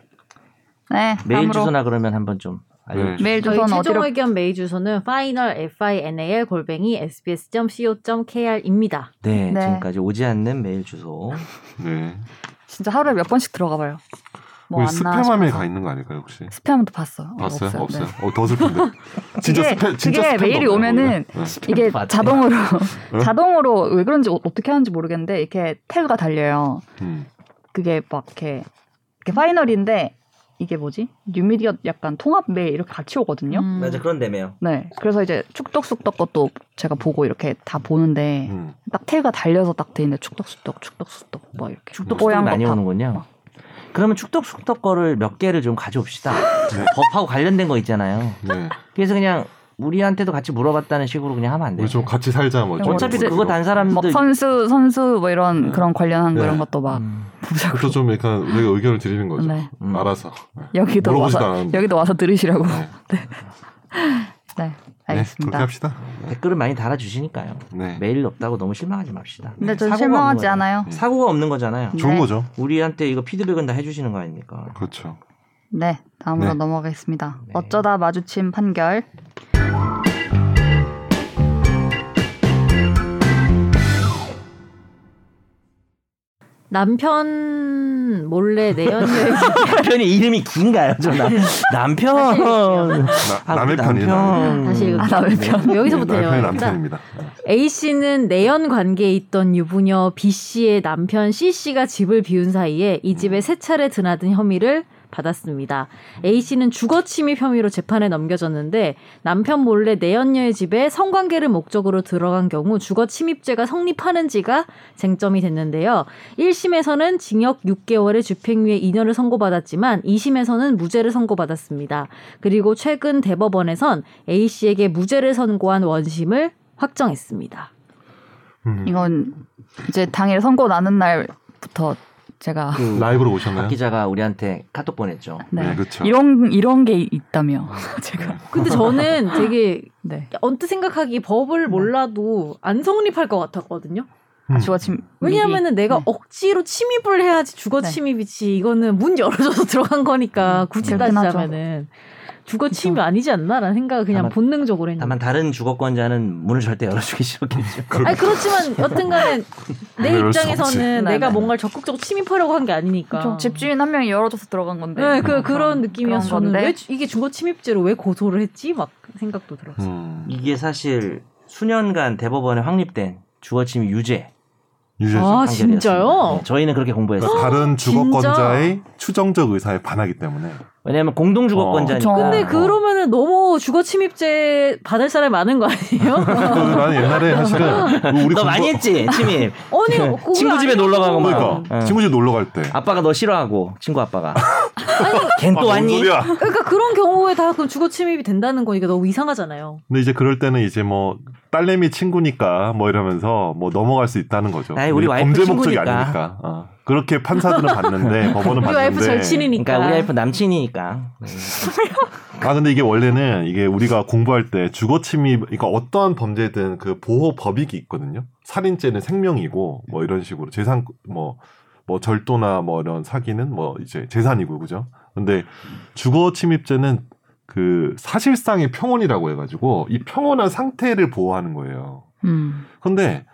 네. 메일 다음으로 주소나 그러면 한번 좀 알려. 주 메일 저희 주소는 최종 어디로 의견 메일 주소는 final final 골뱅이 sbs.co.kr입니다. 네, 네. 지금까지 오지 않는 메일 주소. 네. 진짜 하루에 몇 번씩 들어가 봐요. 뭐 우리 안 나와. 스팸함에 가 있는 거 아닐까요 혹시? 스팸도 봤어요. 어, 봤어요? 없어요. 없어요. 네. 어, 더 슬픈데. 진짜 그게- 스팸, 진짜 그게 스팸도 메일이 없네요, 오면은 거기는. 네. 이게 맞아요. 자동으로 응? 자동으로 왜 그런지 어- 어떻게 하는지 모르겠는데 이렇게 태그가 달려요. 음. 그게 막 이렇게, 이렇게 파이널인데 이게 뭐지? 뉴미디어 약간 통합 메일 이렇게 같이 오거든요. 음. 맞아, 그런데매요. 네. 그래서 이제 축덕숙덕 것도 제가 보고 이렇게 다 보는데 음. 딱 태그가 달려서 딱 돼 있는데 축덕숙덕 축덕숙덕 뭐 이렇게 축덕숙덕 많이 다. 오는군요. 그러면 축덕숙덕 거를 몇 개를 좀 가져옵시다. 네. 법하고 관련된 거 있잖아요. 네. 그래서 그냥 우리한테도 같이 물어봤다는 식으로 그냥 하면 안 돼요. 우리 좀 같이 살자 네, 뭐. 좀 어차피 이런 그거 식으로. 단 사람들 막 선수 선수 뭐 이런 네. 그런 관련한 네. 그런 것도 막 음. 그래서 좀 약간 우리가 의견을 드리는 거죠. 네. 음. 알아서. 네. 여기도 물어보지도 와서 않았는데. 여기도 와서 들으시라고 네. 네, 네, 그렇게 알겠습니다. 합시다. 댓글을 많이 달아주시니까요. 네. 메일 없다고 너무 실망하지 맙시다. 근데 전 사고가 실망하지 없는 않아요. 거잖아요. 사고가 없는 거잖아요. 좋은 네. 거죠. 우리한테 이거 피드백은 다 해주시는 거 아닙니까? 그렇죠. 네, 다음으로 네. 넘어가겠습니다. 네. 어쩌다 마주친 판결. 남편 몰래 내연 여행 남편이 이름이 긴가요, 저 남, 남편. 나, 아, 남의 우리 편이에요. 남의 남편. 다시 읽을게요. 아, 남편. 네. 편. 여기서부터요. 남편이 남편입니다. A 씨는 내연 관계에 있던 유부녀 B 씨의 남편 C 씨가 집을 비운 사이에 이 집에 세 차례 드나든 혐의를 받았습니다. A 씨는 주거 침입 혐의로 재판에 넘겨졌는데 남편 몰래 내연녀의 집에 성관계를 목적으로 들어간 경우 주거 침입죄가 성립하는지가 쟁점이 됐는데요. 1심에서는 징역 6개월의 집행유예 2년을 선고받았지만 2심에서는 무죄를 선고받았습니다. 그리고 최근 대법원에선 A 씨에게 무죄를 선고한 원심을 확정했습니다. 음. 이건 이제 당일 선고 나는 날부터 제가 그 라이브로 오셨나요? 음. 박 기자가 우리한테 카톡 보냈죠. 네. 네, 그렇죠. 이런 이런 게 있다며 제가 근데 저는 되게 네 언뜻 생각하기 법을 몰라도 안 성립할 것 같았거든요. 음. 주거 침 왜냐하면은 내가 네. 억지로 침입을 해야지 주거 네. 음, 침입이지 이거는 문 열어줘서 들어간 거니까 굳이 그렇긴 하죠. 따지자면은 주거 침입 아니지 않나라는 생각을 그냥 다만- 본능적으로 했는데. 다만 다른 주거권자는 문을 절대 열어주기 음. 싫었겠죠. 아니 그렇지만 여튼간에 내 그럴 수 없지. 입장에서는 네, 내가 네. 뭔가를 적극적으로 침입하려고 한 게 아니니까. 좀 집주인 한 명이 열어줘서 들어간 건데 그러니까. 네, 그런 그 그런 느낌이어서 그런 저는 건데. 왜 주- 이게 주거 침입죄로 왜 고소를 했지 막 생각도 들었어요. 음, 이게 사실 수년간 대법원에 확립된 주거침입 유죄. 유죄죠. 아, 판결이었습니다. 진짜요? 네, 저희는 그렇게 공부했어요. 그러니까 다른 주거권자의 추정적 의사에 반하기 때문에 왜냐하면 공동주거권자니까. 어, 그쵸. 근데 어. 그러면은 너무 주거 침입죄 받을 사람이 많은 거 아니에요? 그래서 나는 옛날에 사실은 우리 너 많이 했지 침입. 아니 네. 그거 친구 집에 아니고. 놀러 가고 막. 그러니까 응. 친구 집 놀러 갈 때. 아빠가 너 싫어하고 친구 아빠가. 걘 또 아, 뭔 왔니? 소리야? 그러니까 그런 경우에 다 그럼 주거 침입이 된다는 거니까 너무 이상하잖아요. 근데 이제 그럴 때는 이제 뭐 딸내미 친구니까 뭐 이러면서 뭐 넘어갈 수 있다는 거죠. 아니, 우리 이게 와이프 범죄 목적이 친구니까. 아니니까. 어. 그렇게 판사들은 봤는데 법원은 우리 봤는데. 와이프 절친이니까. 그러니까 우리 와이프 남친이니까. 네. 아 근데 이게 원래는 이게 우리가 공부할 때 주거 침입 그러니까 어떠한 범죄든 그 보호 법익이 있거든요. 살인죄는 생명이고 뭐 이런 식으로 재산 뭐 뭐 절도나 뭐 이런 사기는 뭐 이제 재산이고 그죠? 근데 주거 침입죄는 그 사실상의 평온이라고 해 가지고 이 평온한 상태를 보호하는 거예요. 음. 근데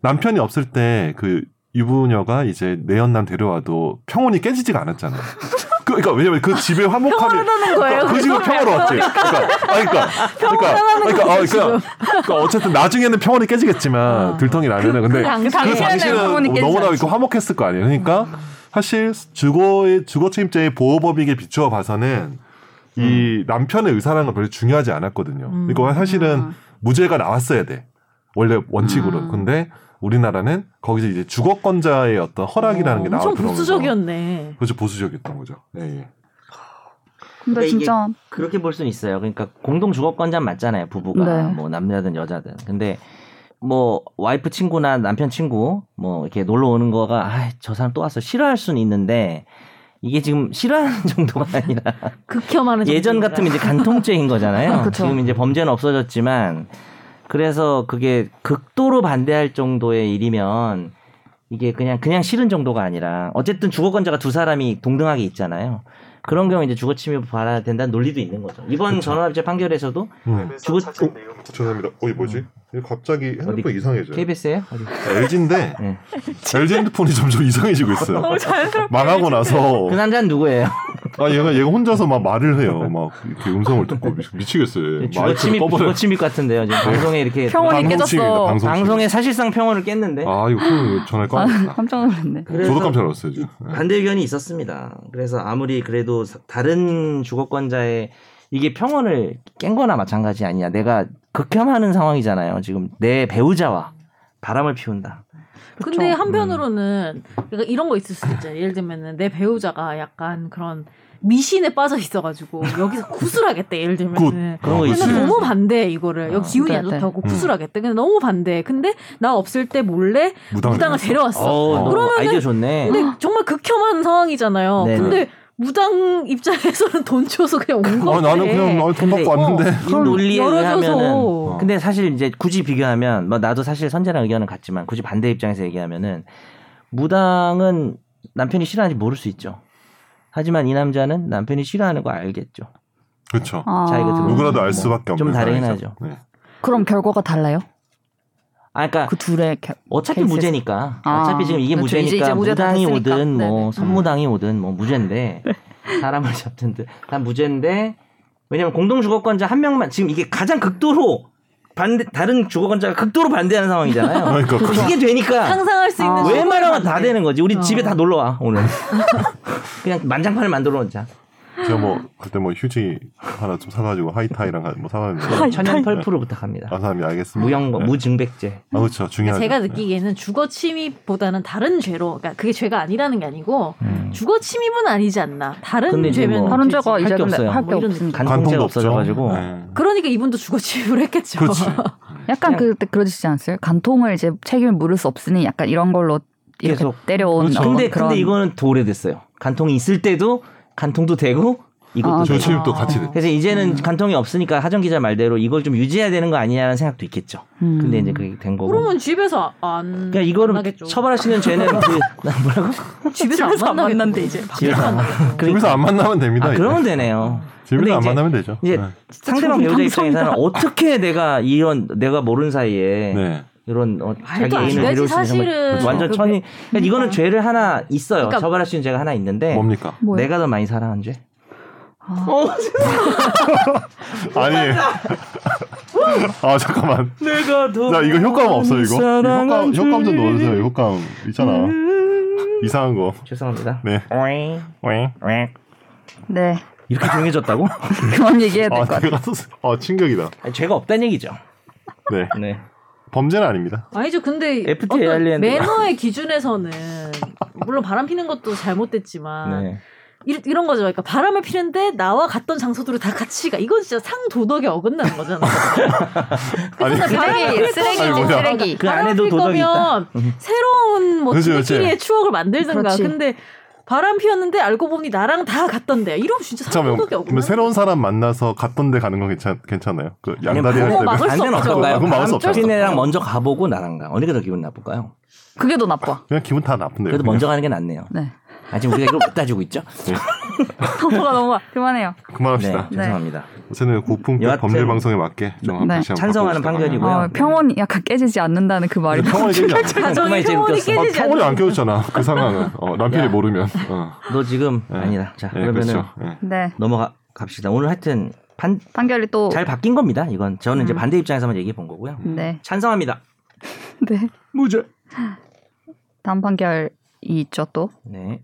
남편이 없을 때 그 유부녀가 이제 내연남 데려와도 평온이 깨지지가 않았잖아요. 그, 그러니까 왜냐면 그 집의 화목함이 하는 거예요. 그 집은 평화로웠지. 그러니까, 아니, 그러니까, 그러니까, 그러니까, 어, 그러니까, 그러니까 어쨌든 나중에는 평온이 깨지겠지만 아. 들통이 나면은 근데 당시에 그 당시에는 평온이 당시는 깨지지 너무나 않지. 이렇게 화목했을 거 아니에요. 그러니까 사실 주거의 주거 책임자의 보호법익에 비추어 봐서는 이 남편의 의사라는 건 별로 중요하지 않았거든요. 음. 그러니까 사실은 아. 무죄가 나왔어야 돼. 원래 원칙으로. 음. 근데 우리나라는 거기서 이제 주거권자의 어떤 허락이라는 게 나와 엄청 들어오면서 보수적이었네. 그렇죠 보수적이었던 거죠. 예, 예. 근데 근데 이게- 진짜 그렇게 볼 수는 있어요. 그러니까 공동 주거권자 맞잖아요. 부부가 네. 뭐 남자든 여자든. 근데 뭐 와이프 친구나 남편 친구 뭐 이렇게 놀러 오는 거가 아저 사람 또 왔어 싫어할 수는 있는데 이게 지금 싫어하는 정도가 아니라 극혐하는 예전 정도니까. 같으면 이제 간통죄인 거잖아요. 그쵸. 지금 이제 범죄는 없어졌지만 그래서 그게 극도로 반대할 정도의 일이면 이게 그냥 그냥 싫은 정도가 아니라 어쨌든 주거권자가 두 사람이 동등하게 있잖아요. 그런 경우 이제 주거침입 받아야 된다는 논리도 있는 거죠. 이번 전원합체 판결에서도 음. 주거 어, 죄송합니다. 어이 뭐지? 갑자기 핸드폰 어디? 이상해져요. KBS예요? 어디? LG인데 네. LG 핸드폰이 점점 이상해지고 있어요. 망하고 나서 그 남자는 누구예요? 아 얘가 얘가 혼자서 막 말을 해요. 막 이렇게 음성을 듣고 미, 미치겠어요. 네, 마이크를 네, 주거침입 꺼버려. 주거침입 같은데요. 지금 방송에 이렇게 평온이 깨졌어. 방송 방송에 사실상 평온을 깼는데 아 이거 끊- 전화를 아, 꺼냈다. 깜짝 놀랐네. 저도 깜짝 놀랐어요. 지금. 네. 반대 의견이 있었습니다. 그래서 아무리 그래도 사- 다른 주거권자의 이게 평온을 깬 거나 마찬가지 아니냐. 내가 극혐하는 상황이잖아요. 지금 내 배우자와 바람을 피운다. 근데 한편으로는 그러니까 이런 거 있을 수도 있잖아요. 예를 들면은 내 배우자가 약간 그런 미신에 빠져 있어가지고 여기서 구슬하겠대. 예를 들면은. 그런 거 아, 근데 있어요. 너무 반대 이거를 아, 여기 기운이 안 네, 네. 좋다고 음. 구슬하겠대. 근데 너무 반대. 근데 나 없을 때 몰래 무당을 무당을 데려왔어. 어, 어. 너무 아이디어 좋네. 근데 정말 극혐한 상황이잖아요. 네, 근데 무당 입장에서는 돈 줘서 그냥 온 건데. 아, 나는 그냥 어, 돈 근데 받고 왔는데. 이 네, 논리에 의하면은 열어줘서. 근데 사실 이제 굳이 비교하면 뭐 나도 사실 선재랑 의견은 같지만 굳이 반대 입장에서 얘기하면은 무당은 남편이 싫어하는지 모를 수 있죠. 하지만 이 남자는 남편이 싫어하는 거 알겠죠. 그렇죠. 아, 자기가 들어 누구라도 알 수밖에 좀 없는 다르긴 상황이죠. 하죠. 네. 그럼 결과가 달라요? 아, 그러니까 그 둘의 결... 어차피 케이스에서. 무죄니까. 아, 어차피 지금 이게 그렇죠. 이제- 무죄니까 이제 무죄 다 무당이 됐으니까. 오든 뭐 네네. 네. 선무당이 오든 뭐 무죄인데 사람을 잡든 듯. 다 무죄인데 왜냐면 공동주거권자 한 명만 지금 이게 가장 극도로 반대 다른 주거권자가 극도로 반대하는 상황이잖아요. 그러니까 그- 그렇죠. 이게 되니까 상상할 수 있는 아. 조건이 웬만하면 다 많은데. 되는 거지. 우리 어. 집에 다 놀러 와 오늘. 그냥 만장판을 만들어 놓자. 제가 뭐 그때 뭐 휴지 하나 좀 사가지고 하이타이랑 하- 뭐 사가지고 천연 펄프로 부탁합니다. 아, 사람이 알겠습니다. 무형 네. 무증백제. 아, 그렇죠. 중요하죠. 제가 네. 느끼기에는 주거 침입보다는 다른 죄로, 그러니까 그게 죄가 아니라는 게 아니고 음. 주거 침입은 아니지 않나. 근데 다른 이제 죄면 뭐 다른 되지. 죄가 할게 이제 근데 없어요. 할게 뭐 이런 없습니다. 간통죄가 없어져가지고 네. 그러니까 이분도 주거 침입을 했겠죠. 그렇지. 약간 그때 그러시지 않았어요? 간통을 이제 책임을 물을 수 없으니 약간 이런 걸로 이렇게 계속. 때려온 그렇죠. 어떤 근데 그런 근데 이거는 더 오래됐어요. 간통이 있을 때도 간통도 되고 이것도 아, 되고. 그렇죠. 조치입도 같이 어. 됐죠. 그래서 이제는 음. 간통이 없으니까 하정 기자 말대로 이걸 좀 유지해야 되는 거 아니냐는 생각도 있겠죠. 음. 근데 이제 그게 된 거고. 그러면 집에서 안. 그러니까 이거를 만나겠죠. 처벌할 수 있는 죄는 그 나 뭐라고? 집에서, 안 만난대 이제. 집에서 안 집에서 그러니까. 안 만나면 됩니다. 아 이제. 그러면 되네요. 근데 집에서 안 이제- 만나면 되죠. 네. 이제 상대방 배우자 입장에서는 어떻게 내가 이런 내가 모르는 사이에 네. 네. 이런 어, 자기 말도 안 애인을 되지, 데려올 수 있는 정말 사실은. 완전 그게- 천이 그러니까 이거는 죄를 하나 있어요. 그러니까- 처벌할 수 있는 죄가 하나 있는데 네. 뭡니까? 뭐예요? 내가 더 많이 사랑한 죄. 아. 네. 아니. 아 잠깐만. 내가 더 자 이거 효과음 없어 이거. 이거 효과음, 사랑한 그 효과음 좀 죄. 넣어주세요. 이거 효과음 있잖아. 음. 이상한 거. 죄송합니다. 네. 오잉, 아 오잉. 네 이렇게 조용해졌다고? 그만 얘기해야 될 것 같아요. 내가 썼어. 아 충격이다. 아니, 죄가 없다는 얘기죠. 네. 네. 범죄는 아닙니다. 아니죠. 근데 FTA 어떤 알리엔드가. 매너의 기준에서는 물론 바람 피는 것도 잘못됐지만 네. 이, 이런 거죠. 그러니까 바람을 피는데 나와 갔던 장소들을 다 같이 가. 이건 진짜 상도덕에 어긋나는 거잖아. 아니 그 쓰레기 아니, 쓰레기 뭐야. 쓰레기 그 안에도 도덕이 있다. 음. 거면 새로운 뭐 그렇죠, 그치, 친구끼리의 추억을 만들든가. 그렇지. 근데 바람 피었는데 알고 보니 나랑 다 갔던데. 이러면 진짜 잠깐만. 상도덕에 그럼 어긋나. 새로운 사람 만나서 갔던 데 가는 건 괜찮 괜찮아요? 그 양다리 할 그거 때. 막을 수 반대는 없죠. 어떤가요? 그건 막을 수 없죠. 랑 먼저 가보고 나랑 가. 어느 게 더 기분 나쁠까요? 그게 더 나빠. 그냥 기분 다 나쁜데요. 그래도 그냥. 먼저 가는 게 낫네요. 네 아직 우리가 이걸 못 따지고 있죠? 넘어가 넘어가 그만해요. 네, 그만합시다. 죄송합니다. 저는 고품격 여하튼- 범죄 방송에 맞게 좀 한번 네. 다시 한번 찬성하는 바꿔봅시다. 판결이고요. 아, 어, 평온이 약간 깨지지 않는다는 그 말이 근데 평온이 되지 않아요. 가정의 그만이 제일 평온이 웃겼어. 깨지지 아, 평온이 안 않는 깨졌잖아. 그 상황은 어, 남편이 야. 모르면. 어. 너 지금 네. 아니다. 자 예, 그러면은 그렇죠. 예. 네 넘어가 갑시다. 오늘 하여튼 반, 판결이 또 잘 바뀐 겁니다. 이건 저는 이제 음. 반대 입장에서만 얘기해 본 거고요. 네. 찬성합니다. 네. 무죄. 다음 판결이 있죠 또. 네.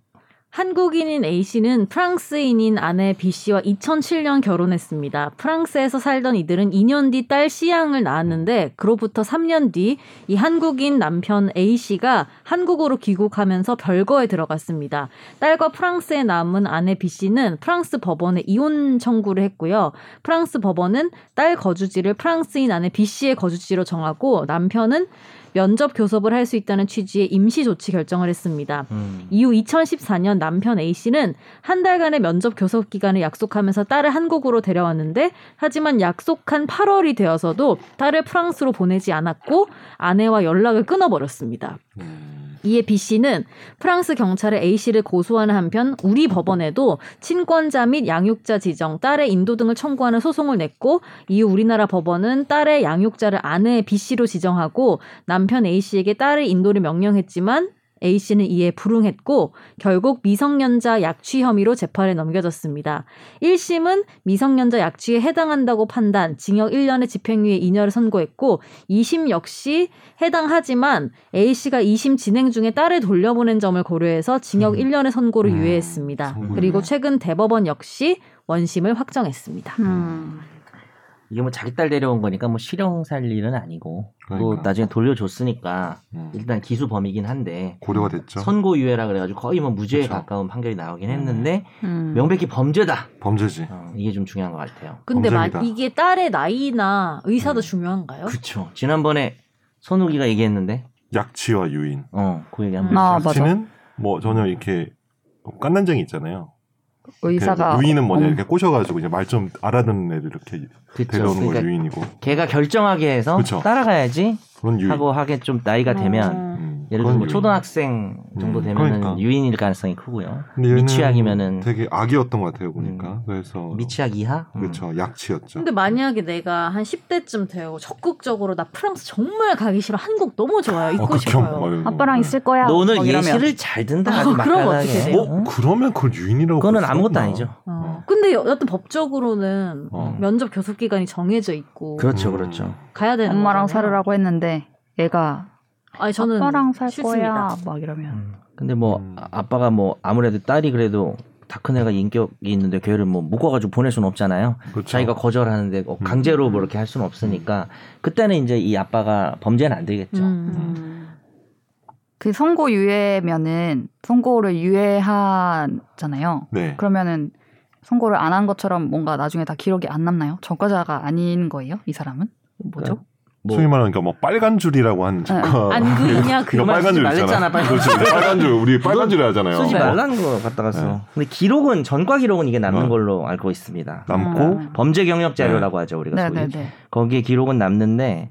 한국인인 A씨는 프랑스인인 아내 B씨와 2007년 결혼했습니다. 프랑스에서 살던 이들은 2년 뒤 딸 C양을 낳았는데 그로부터 3년 뒤 이 한국인 남편 A씨가 한국으로 귀국하면서 별거에 들어갔습니다. 딸과 프랑스에 남은 아내 B씨는 프랑스 법원에 이혼 청구를 했고요. 프랑스 법원은 딸 거주지를 프랑스인 아내 B씨의 거주지로 정하고 남편은 면접 교섭을 할 수 있다는 취지의 임시 조치 결정을 했습니다. 음. 이후 2014년 남편 A씨는 한 달간의 면접 교섭 기간을 약속하면서 딸을 한국으로 데려왔는데 하지만 약속한 8월이 되어서도 딸을 프랑스로 보내지 않았고 아내와 연락을 끊어버렸습니다. 음, 이에 B 씨는 프랑스 경찰에 A 씨를 고소하는 한편 우리 법원에도 친권자 및 양육자 지정, 딸의 인도 등을 청구하는 소송을 냈고 이후 우리나라 법원은 딸의 양육자를 아내 B 씨로 지정하고 남편 A 씨에게 딸의 인도를 명령했지만 A 씨는 이에 불응했고 결국 미성년자 약취 혐의로 재판에 넘겨졌습니다. 1심은 미성년자 약취에 해당한다고 판단, 징역 1년의 집행유예 2년을 선고했고 2심 역시 해당하지만 A씨가 2심 진행 중에 딸을 돌려보낸 점을 고려해서 징역 1년의 선고를 음, 유예했습니다. 선고를 그리고 유예. 최근 대법원 역시 원심을 확정했습니다. 음. 이게 뭐 자기 딸 데려온 거니까 뭐 실형 살 일은 아니고 또 그러니까. 나중에 돌려줬으니까 음. 일단 기수 범이긴 한데 고려가 됐죠. 선고유예라 그래가지고 거의 뭐 무죄에 그렇죠. 그쵸. 가까운 판결이 나오긴 했는데 음. 명백히 범죄다. 범죄지. 어, 이게 좀 중요한 것 같아요. 근데 마- 범죄입니다. 이게 딸의 나이나 의사도 음. 중요한가요? 그쵸. 지난번에 선욱이가 얘기했는데 약취와 유인. 어, 그 얘기 아. 음. 한번 아 맞아. 약취는 뭐 전혀 이렇게 깐난쟁이 있잖아요. 그그 의사가 어. 유인은 뭐냐 엉- 이렇게 꼬셔가지고 이제 말 좀 알아듣는 애를 이렇게 그렇죠. 그쵸. 데려오는 걸 그러니까 유인이고 걔가 결정하게 해서 그쵸. 따라가야지 그런 유인. 하고 하게 좀 나이가 어. 되면 음, 예를 그건 들면 뭐 유인. 초등학생 정도 음, 되면은 그러니까. 유인일 가능성이 크고요. 근데 얘는 미취학이면은 음. 되게 악이었던 것 같아요 보니까 그래서 미취학 이하? 음. 어. 그렇죠 약치였죠. 근데 만약에 내가 한 10대쯤 되고 적극적으로 나 프랑스 정말 가기 싫어. 한국 너무 좋아요. 있고 싶어요. 아빠랑 있을 거야. 너 오늘 뭐 막 이러면. 예시를 잘 든다. 아, 아주 그런 거 막강하게. 어떻게 돼요? 어 그러면 그걸 유인이라고 그거는 볼 수가 아무것도 없나? 아니죠. 음. 어. 근데 여튼 법적으로는 어. 면접 교섭 기간이 정해져 있고 그렇죠, 음. 그렇죠. 가야 되는 엄마랑 거잖아요. 살으라고 했는데 얘가 아니 저는 아빠랑 살 싫습니다. 거야 막 이러면 음. 근데 뭐 음. 아- 아빠가 뭐 아무래도 딸이 그래도 다 큰 애가 인격이 있는데 걔를 뭐 묶어가지고 보낼 수는 없잖아요. 그렇죠. 음. 자기가 거절하는데 어, 강제로 뭐 이렇게 할 수는 없으니까 그때는 이제 이 아빠가 범죄는 안 되겠죠. 음. 그 선고 유예면은 선고를 유예하잖아요. 네. 그러면은 선고를 안 한 것처럼 뭔가 나중에 다 기록이 안 남나요? 전과자가 아닌 거예요? 이 사람은 뭐죠? 뭐 소위 말하는 그러니까 뭐 빨간 줄이라고 하는 작가. 네. 안그이냐 그 이거 그만 빨간 쓰지 줄 말랬잖아, 있잖아. 빨간 그렇지. 빨간 줄 우리 빨간 줄 하잖아요. 쓰지 어. 말라는 거 갖다 가서. 네. 근데 기록은 전과 기록은 이게 남는 네. 걸로 알고 있습니다. 남고 음. 범죄 경력 자료라고 하죠 그렇죠. 우리가 소위. 네네네. 거기에 기록은 남는데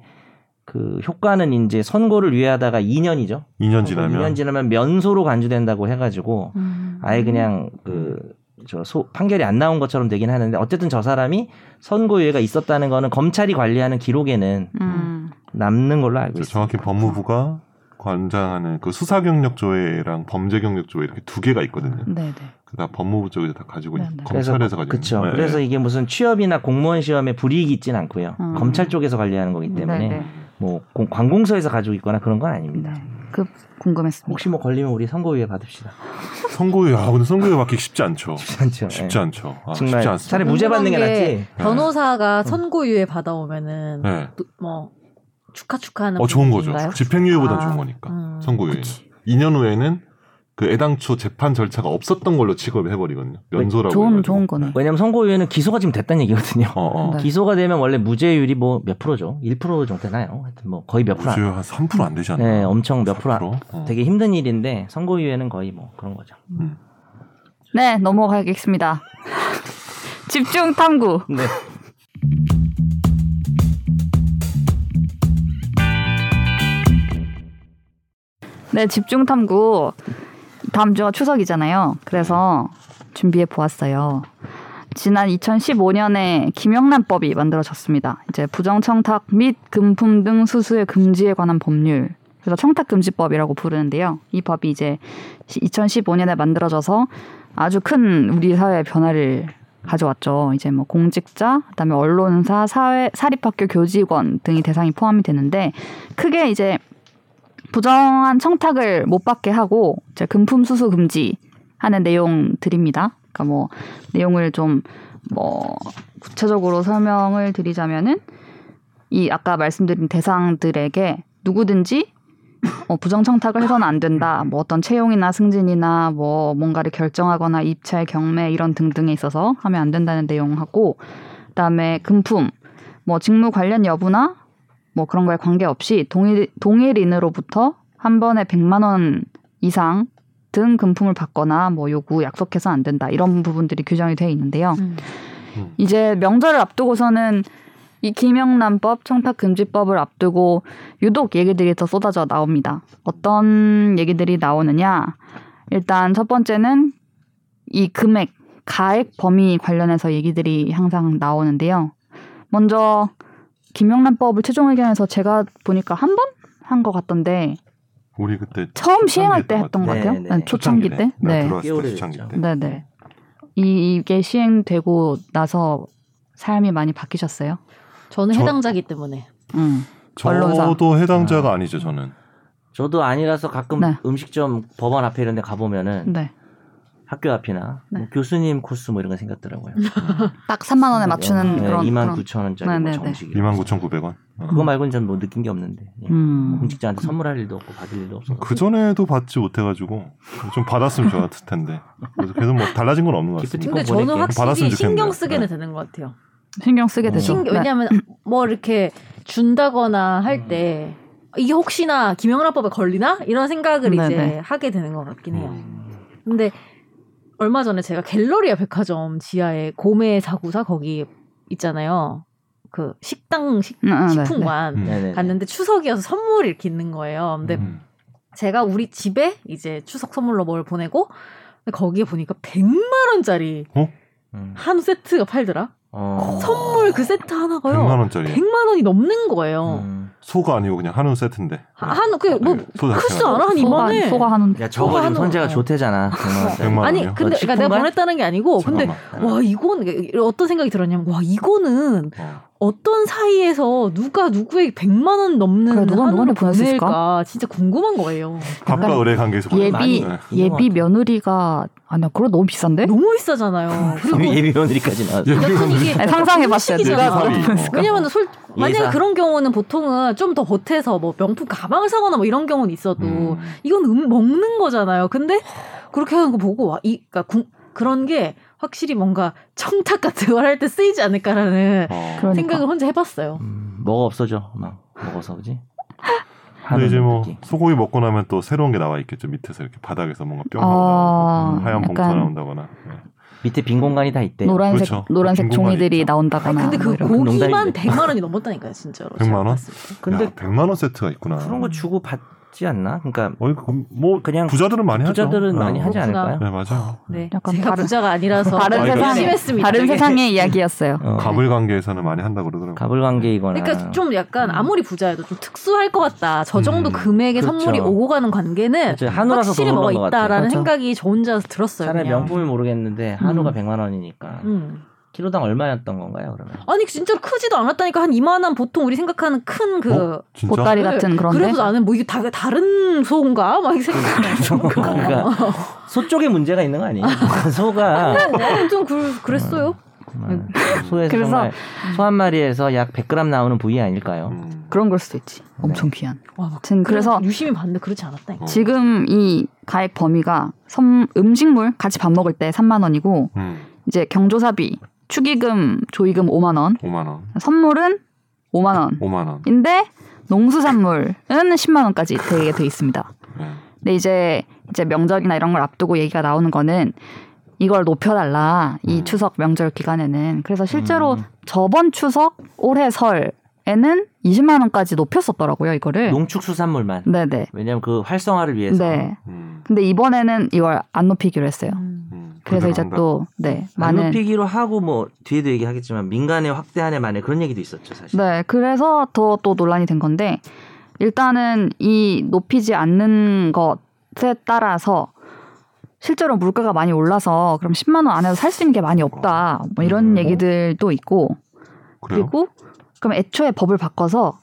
그 효과는 이제 선고를 유예하다가 2년이죠. 2년 지나면 2년 지나면 면소로 간주된다고 해가지고 음. 아예 그냥 그 저 소, 판결이 안 나온 것처럼 되긴 하는데 어쨌든 저 사람이 선고유예가 있었다는 거는 검찰이 관리하는 기록에는 음. 남는 걸로 알고 이제 있어요. 정확히 법무부가 관장하는 그 수사 경력 조회랑 범죄 경력 조회 이렇게 두 개가 있거든요. 음. 음. 네네. 그다 법무부 쪽에서 다 가지고 있- 네, 네. 검찰에서 가지고 그렇죠. 있는 거예요. 네. 그래서 이게 무슨 취업이나 공무원 시험에 불이익이 있지는 않고요. 음. 검찰 쪽에서 관리하는 거기 때문에 네네. 뭐 공- 관공서에서 가지고 있거나 그런 건 아닙니다. 네. 그 궁금했습니다. 혹시 뭐 걸리면 우리 선고유예 받읍시다. 선고유 아 근데 선고유 받기 쉽지 않죠. 쉽지 않죠. 예. 쉽지 않죠. 아, 그렇죠. 정말 쉽지 않습니다. 차라리 무죄 받는 게 궁금한 게 낫지. 변호사가 선고유예 받아오면은 어. 네. 또 뭐 축하 축하하는 어 좋은 음, 거죠. 분위기인가요? 집행유예보다 아, 좋은 거니까. 음. 선고유예. 2년 후에는 그 애당초 재판 절차가 없었던 걸로 취급을 해버리거든요. 네. 면소라고. 좋은- 해가지고. 좋은 거네. 왜냐면 선고유예는 기소가 지금 됐다는 얘기거든요. 어, 어. 네. 기소가 되면 원래 무죄율이 뭐 몇 프로죠? 1% 정도 되나요? 하여튼 뭐 거의 몇 프로 안, 무죄 한3%안 되지 않나? 네, 엄청 몇 프로 안, 4%? 어. 되게 힘든 일인데 선고유예는 거의 뭐 그런 거죠. 음. 네 넘어가겠습니다. 집중 탐구. 네. 네, 집중 탐구. 다음 주가 추석이잖아요. 그래서 준비해 보았어요. 지난 2015년에 김영란법이 만들어졌습니다. 이제 부정청탁 및 금품 등 수수의 금지에 관한 법률. 그래서 청탁금지법이라고 부르는데요. 이 법이 이제 2015년에 만들어져서 아주 큰 우리 사회의 변화를 가져왔죠. 이제 뭐 공직자, 그다음에 언론사, 사회 사립학교 교직원 등이 대상이 포함이 되는데 크게 이제 부정한 청탁을 못 받게 하고 이제 금품 수수 금지 하는 내용들입니다. 그러니까 뭐 내용을 좀 뭐 구체적으로 설명을 드리자면은 이 아까 말씀드린 대상들에게 누구든지 어, 부정 청탁을 해서는 안 된다. 뭐 어떤 채용이나 승진이나 뭐 뭔가를 결정하거나 입찰 경매 이런 등등에 있어서 하면 안 된다는 내용하고 그다음에 금품 뭐 직무 관련 여부나 뭐 그런 거에 관계없이 동일, 동일인으로부터 한 번에 100만 원 이상 등 금품을 받거나 뭐 요구 약속해서 안 된다 이런 부분들이 규정이 돼 있는데요. 음. 음. 이제 명절을 앞두고서는 이 김영란법, 청탁금지법을 앞두고 유독 얘기들이 더 쏟아져 나옵니다. 어떤 얘기들이 나오느냐? 일단 첫 번째는 이 금액, 가액 범위 관련해서 얘기들이 항상 나오는데요. 먼저 김영란법을 최종 의견에서 제가 보니까 한 번 한 것 같던데 우리 그때 처음 시행할 때 초창기였던 했던 것 것 같아요. 같아요. 네, 네, 네. 초창기 때. 나 네. 들어왔을 때 깨우를 주창기 했죠. 때. 네네. 이, 이게 시행되고 나서 삶이 많이 바뀌셨어요? 저는 저- 해당자기 때문에 음. 언론사. 저도 네. 해당자가 아니죠 저는. 저도 아니라서 가끔 네. 음식점 법원 앞에 이런 데 가보면은 네. 학교 앞이나 뭐 네. 교수님 코스 뭐 이런 거 생겼더라고요. 딱 3만 원에 맞추는 네, 그런 2만 그런 9천 원짜리 네, 뭐 네, 네. 정식. 29,900원. 어. 그거 말고는 전 뭐 느낀 게 없는데. 예. 음. 공직자한테 선물할 일도 없고 받을 일도 없어서. 그 전에도 받지 못해가지고 좀 받았으면 좋았을 텐데. 그래서 계속 뭐 달라진 건 없는 것 기프트 같습니다. 근데 보낼게요. 저는 확실히 받았으면 신경 좋겠네요. 쓰게는 네. 되는 것 같아요 신경 쓰게 어. 되죠. 신기- 네. 왜냐하면 뭐 이렇게 준다거나 음. 할 때 이게 혹시나 김영란법에 걸리나 이런 생각을 네, 이제 네. 하게 되는 것 같긴 해요 음. 근데 얼마 전에 제가 갤러리아 백화점 지하에 고메 사구사 거기 있잖아요. 그 식당 식, 응, 응, 네, 품관 음. 네네. 갔는데 추석이어서 선물이 이렇게 있는 거예요. 네. 근데 음. 제가 우리 집에 이제 추석 선물로 뭘 보내고 근데 거기에 보니까 100만 원짜리 음. 한우 세트가 팔더라. 어. 선물 그 세트 하나가요. 100만 원짜리 100만 원이 넘는 거예요. 어. 음. 소가 아니고 그냥 한우 세트인데. 한 그게 뭐 네, 소 자체가. 크지도 않아 한 소가, 이만해. 소가 하는 야 저거 소화하는 지금 손재가 거. 좋대잖아. 백만 아니 원이요? 근데 어, 그러니까 내가 식품관? 보냈다는 게 아니고 근데 와 이건 어떤 생각이 들었냐면 와 이거는 어. 어떤 사이에서 누가 누구에게 100만 원 넘는 그래, 누가 누구한테 음, 한우를 보냈을까? 보낼까 진짜 궁금한 거예요. 밥과 약간 의뢰 관계에서 네. 보는 거. 예비 많이 예비 며느리가 아니야 그거 너무 비싼데? 너무 비싸잖아요. 그리고 뭐 예비 며느리까지 나왔 약간 이게 아니, 상상해봤어요. 공식이잖아. 누가 예비 보냈을까? 왜냐면 솔 만약에 예사. 그런 경우는 보통은 좀 더 보태서 뭐 명품 가방을 사거나 뭐 이런 경우는 있어도 이건 음, 먹는 거잖아요. 근데 그렇게 하는 거 보고 와, 이 그러니까 구- 그런 게 확실히 뭔가 청탁 같은 걸 할 때 쓰이지 않을까라는 어. 그러니까. 생각을 혼자 해봤어요. 음, 먹어 없어져. 막 먹어서 그지. 근데 이제 뭐 느낌. 소고기 먹고 나면 또 새로운 게 나와 있겠죠. 밑에서 이렇게 바닥에서 뭔가 뿅 어, 나오고 음, 하얀 봉투 약간 나온다거나. 네. 밑에 빈 공간이 다 있대. 요 노란색 그렇죠. 노란색 빈 공간이 종이들이 있죠. 나온다거나. 근데 뭐 그 이런. 거. 고기만 농담인데. 100만 원이 넘었다니까요, 진짜로. 100만 원? 근데 야, 100만 원 세트가 있구나. 그런 거 주고 받지 않나? 그러니까 어이, 그럼 뭐 그냥 부자들은 많이 하죠. 부자들은 네. 많이 하지 그렇구나. 않을까요? 네 맞아. 네. 약간 제가 다른- 부자가 아니라서 다른 아니, 세상에 의심했습니다. 다른 되게. 세상의 이야기였어요. 어, 갑을 관계에서는 많이 한다 그러더라고. 요 갑을 관계이거나. 그러니까 좀 약간 음. 아무리 부자여도 좀 특수할 것 같다. 저 정도 음, 금액의 그렇죠. 선물이 오고 가는 관계는 그렇죠. 한우라서 확실히 더 뭐가 그런 것 같아. 있다라는 맞아. 생각이 저 혼자 들었어요. 차라리 그냥. 명품을 모르겠는데 한우가 음. 100만 원이니까 음. 키로당 얼마였던 건가요? 그러면 아니 진짜로 크지도 않았다니까 한 이만한 보통 우리 생각하는 큰 그. 진짜? 보따리 같은 그런데. 그래도 나는 뭐 이게 다, 다른 소인가 막 생각했어. 그러니까 소 쪽에 문제가 있는 거 아니에요? 소가 좀 그, 그랬어요. 정말 음. 소에서 그래서- 정말 소한 마리에서 약 100g 나오는 부위 아닐까요? 음. 그런 걸 수도 있지. 엄청 귀한. 와, 막 아무튼 음, 그래서 유심히 봤는데 그렇지 않았다니까. 어. 지금 이 가액 범위가 섬- 음식물 같이 밥 먹을 때 3만 원이고 음, 이제 경조사비, 축의금, 조의금 5만 원, 5만 원. 선물은 5만 원. 5만 원. 인데 농수산물은 10만 원까지 되게 돼 있습니다. 네. 근데 이제 이제 명절이나 이런 걸 앞두고 얘기가 나오는 거는 이걸 높여달라 이 음. 추석 명절 기간에는 그래서 실제로 음. 저번 추석 올해 설에는 20만 원까지 높였었더라고요 예. 이거를. 농축수산물만. 네네. 왜냐면 그 활성화를 위해서. 네. 음, 근데 이번에는 이걸 안 높이기로 했어요. 음. 음, 그래서 이제 한다. 또네 안 많은 높이기로 하고 뭐 뒤에도 얘기하겠지만 민간의 확대안에 만에 그런 얘기도 있었죠 사실. 네 그래서 더 또 논란이 된 건데 일단은 이 높이지 않는 것에 따라서 실제로 물가가 많이 올라서 그럼 10만 원 안에서 살 수 있는 게 많이 없다 뭐 이런 음. 얘기들도 있고 그래요? 그리고 그럼 애초에 법을 바꿔서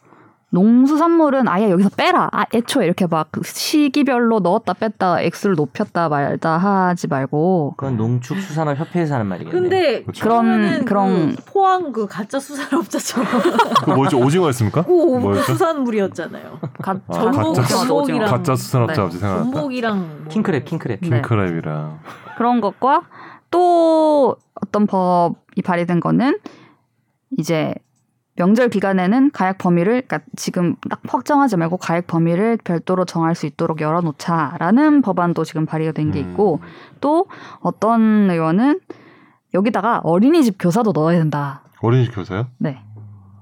농수산물은 아예 여기서 빼라. 아, 애초에 이렇게 막그 시기별로 넣었다 뺐다 액수를 높였다 말다 하지 말고 그건 농축수산업 협회에서 하는 말이겠네요. 근데 그렇죠. 그런- 처음에는 그런- 그 포항 그 가짜 수산업자처럼 그 뭐였죠? 오징어였습니까? 고 뭐였죠? 수산물이었잖아요. 가, 아, 전- 전복, 가짜 수- 전복이랑 가짜 그 수산업자 네. 없이 생각났다. 전복이랑 뭐 킹크랩 킹크랩. 네. 킹크랩이랑 그런 것과 또 어떤 법이 발의된 거는 이제 명절 기간에는 가액 범위를 그러니까 지금 딱 확정하지 말고 가액 범위를 별도로 정할 수 있도록 열어놓자라는 법안도 지금 발의가 된 음. 게 있고 또 어떤 의원은 여기다가 어린이집 교사도 넣어야 된다. 어린이집 교사요? 네,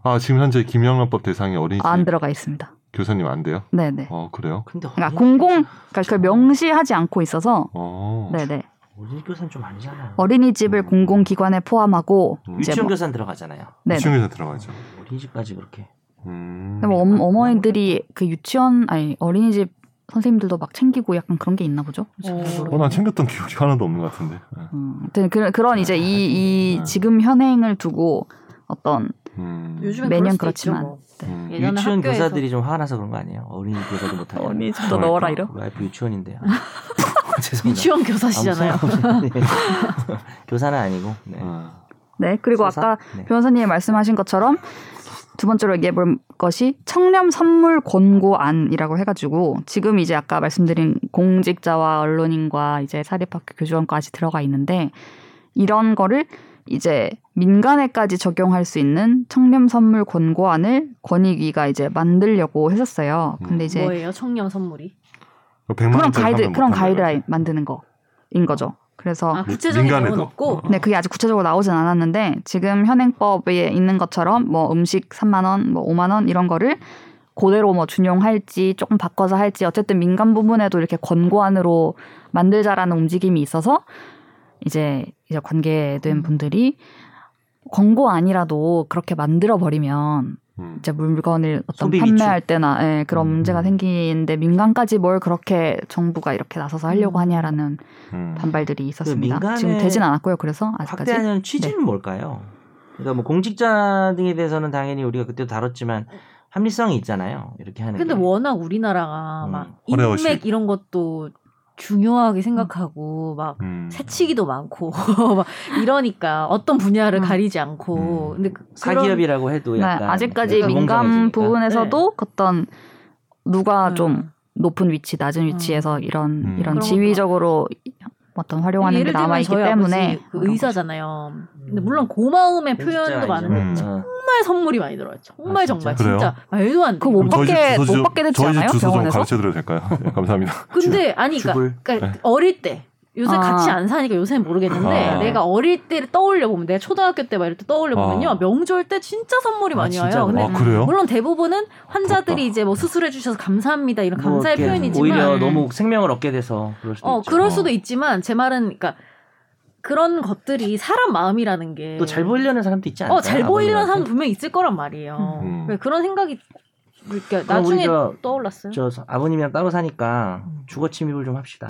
아, 아 지금 현재 김영란법 대상이 어린이집 안 들어가 있습니다. 교사님 안 돼요? 네, 네. 어 그래요? 근데 그러니까 공공, 그러니까 그걸 명시하지 않고 있어서, 어 네, 네. 어린이 교사는 좀 아니잖아. 어린이집을 음. 공공기관에 포함하고 음. 이제 유치원 뭐, 교사는 들어가잖아요. 네, 네. 유치원 교사 들어가죠. 어린이집까지 그렇게. 음. 근데 뭐 엄- 어머니들이 그 유치원 아니 어린이집 선생님들도 막 챙기고 약간 그런 게 있나 보죠. 어, 난 챙겼던 기억이 하나도 없는 것 같은데. 음, 아무튼 그런 그런 이제 이 이 음. 지금 현행을 두고 어떤 음. 요즘엔 매년 매년 그렇지만. 그렇지만 네. 음. 예전에 유치원 학교에서- 교사들이 좀 화나서 그런 거 아니에요? 어린이 교사도 못하냐. 어린이집도 넣어라 넣어라 와이프. 이런. 와이프 유치원인데요. 죄송합니다. 유치원 교사시잖아요. 아무 소용없는- 네. 교사는 아니고. 네. 어. 네 그리고 소사? 아까 네. 변호사님이 말씀하신 것처럼 두 번째로 얘기해 볼 것이 청렴 선물 권고안이라고 해가지고 지금 이제 아까 말씀드린 공직자와 언론인과 이제 사립학교 교직원까지 들어가 있는데 이런 거를 이제 민간에까지 적용할 수 있는 청렴 선물 권고안을 권익위가 이제 만들려고 했었어요. 근데 이제 음. 뭐예요? 청렴 선물이? 백만 그런 원짜리 가이드 하면 그런 뭐 못한다 가이드라인 만드는 거인 거죠. 그래서 아, 구체적인 내용은 민간에도. 없고 어. 네, 그게 아직 구체적으로 나오진 않았는데 지금 현행법에 있는 것처럼 뭐 음식 3만 원, 뭐 5만 원 이런 거를 그대로 뭐 준용할지 조금 바꿔서 할지 어쨌든 민간 부분에도 이렇게 권고안으로 만들자라는 움직임이 있어서 이제 이제 음. 관계된 분들이 권고안이라도 그렇게 만들어 버리면 음. 이제 물건을 어떤 소비 판매할 때나 예, 그런 음. 문제가 생기는데 민간까지 뭘 그렇게 정부가 이렇게 나서서 하려고 하냐라는 음. 반발들이 있었습니다. 그 민간의 지금 되진 않았고요. 그래서 아직까지 확대하는 취지는 뭘까요? 그러니까 뭐 공직자 등에 대해서는 당연히 우리가 그때도 다뤘지만 합리성이 있잖아요. 이렇게 하는. 근데 뭐 게. 워낙 우리나라가 음, 막 어려우실. 인맥 이런 것도 음. 중요하게 생각하고 막 음. 새치기도 많고 막 이러니까 어떤 분야를 음. 가리지 않고 음. 근데 그, 그런- 사기업이라고 해도 네, 약간 그 아직까지 약간 민감 공정해지니까. 부분에서도 어떤 누가 네. 음. 좀 높은 위치, 낮은 위치에서 이런 음. 이런 그런 지위적으로 어떤 활용하는 게 예를 들면 남아 있기 저희 때문에 아버지 그 그런 거죠. 의사잖아요. 근데 음. 물론 고마움의 표현도 공직자가 많은데 아니잖아요. 정말 음. 선물이 많이 들어요. 정말 아, 정말 진짜? 진짜 말도 안 돼. 그럼 못 그럼 저희 집 받게- 주소 못 좀- 받게 됐지 저희 집 않아요? 주소 좀 병원에서? 가르쳐 드려도 될까요? 네, 감사합니다. 근데 아니 그러니까, 죽을. 그러니까 어릴 때 요새 아. 같이 안 사니까 요새는 모르겠는데 아. 내가 어릴 때를 떠올려 보면 내가 초등학교 때 막 이럴 때 떠올려 보면요 아. 명절 때 진짜 선물이 아, 많이 진짜 와요. 근데 아 어? 그래요? 물론 대부분은 환자들이 부럽다. 이제 뭐 수술해 주셔서 감사합니다 이런 뭐 감사의 이렇게 표현이지만 네. 오히려 너무 생명을 얻게 돼서 그럴 수도 어 있죠. 그럴 수도 있지만 제 말은 그러니까 그런 것들이 사람 마음이라는 게 또 잘 보이려는 사람도 있지 않을까요? 어, 잘 보이는 사람 아버님한테? 분명 히 있을 거란 말이에요. 음. 왜 그런 생각이 그러니까 그럼 나중에 우리가 떠올랐어요. 저 서- 아버님이랑 따로 사니까 주거 침입을 좀 합시다.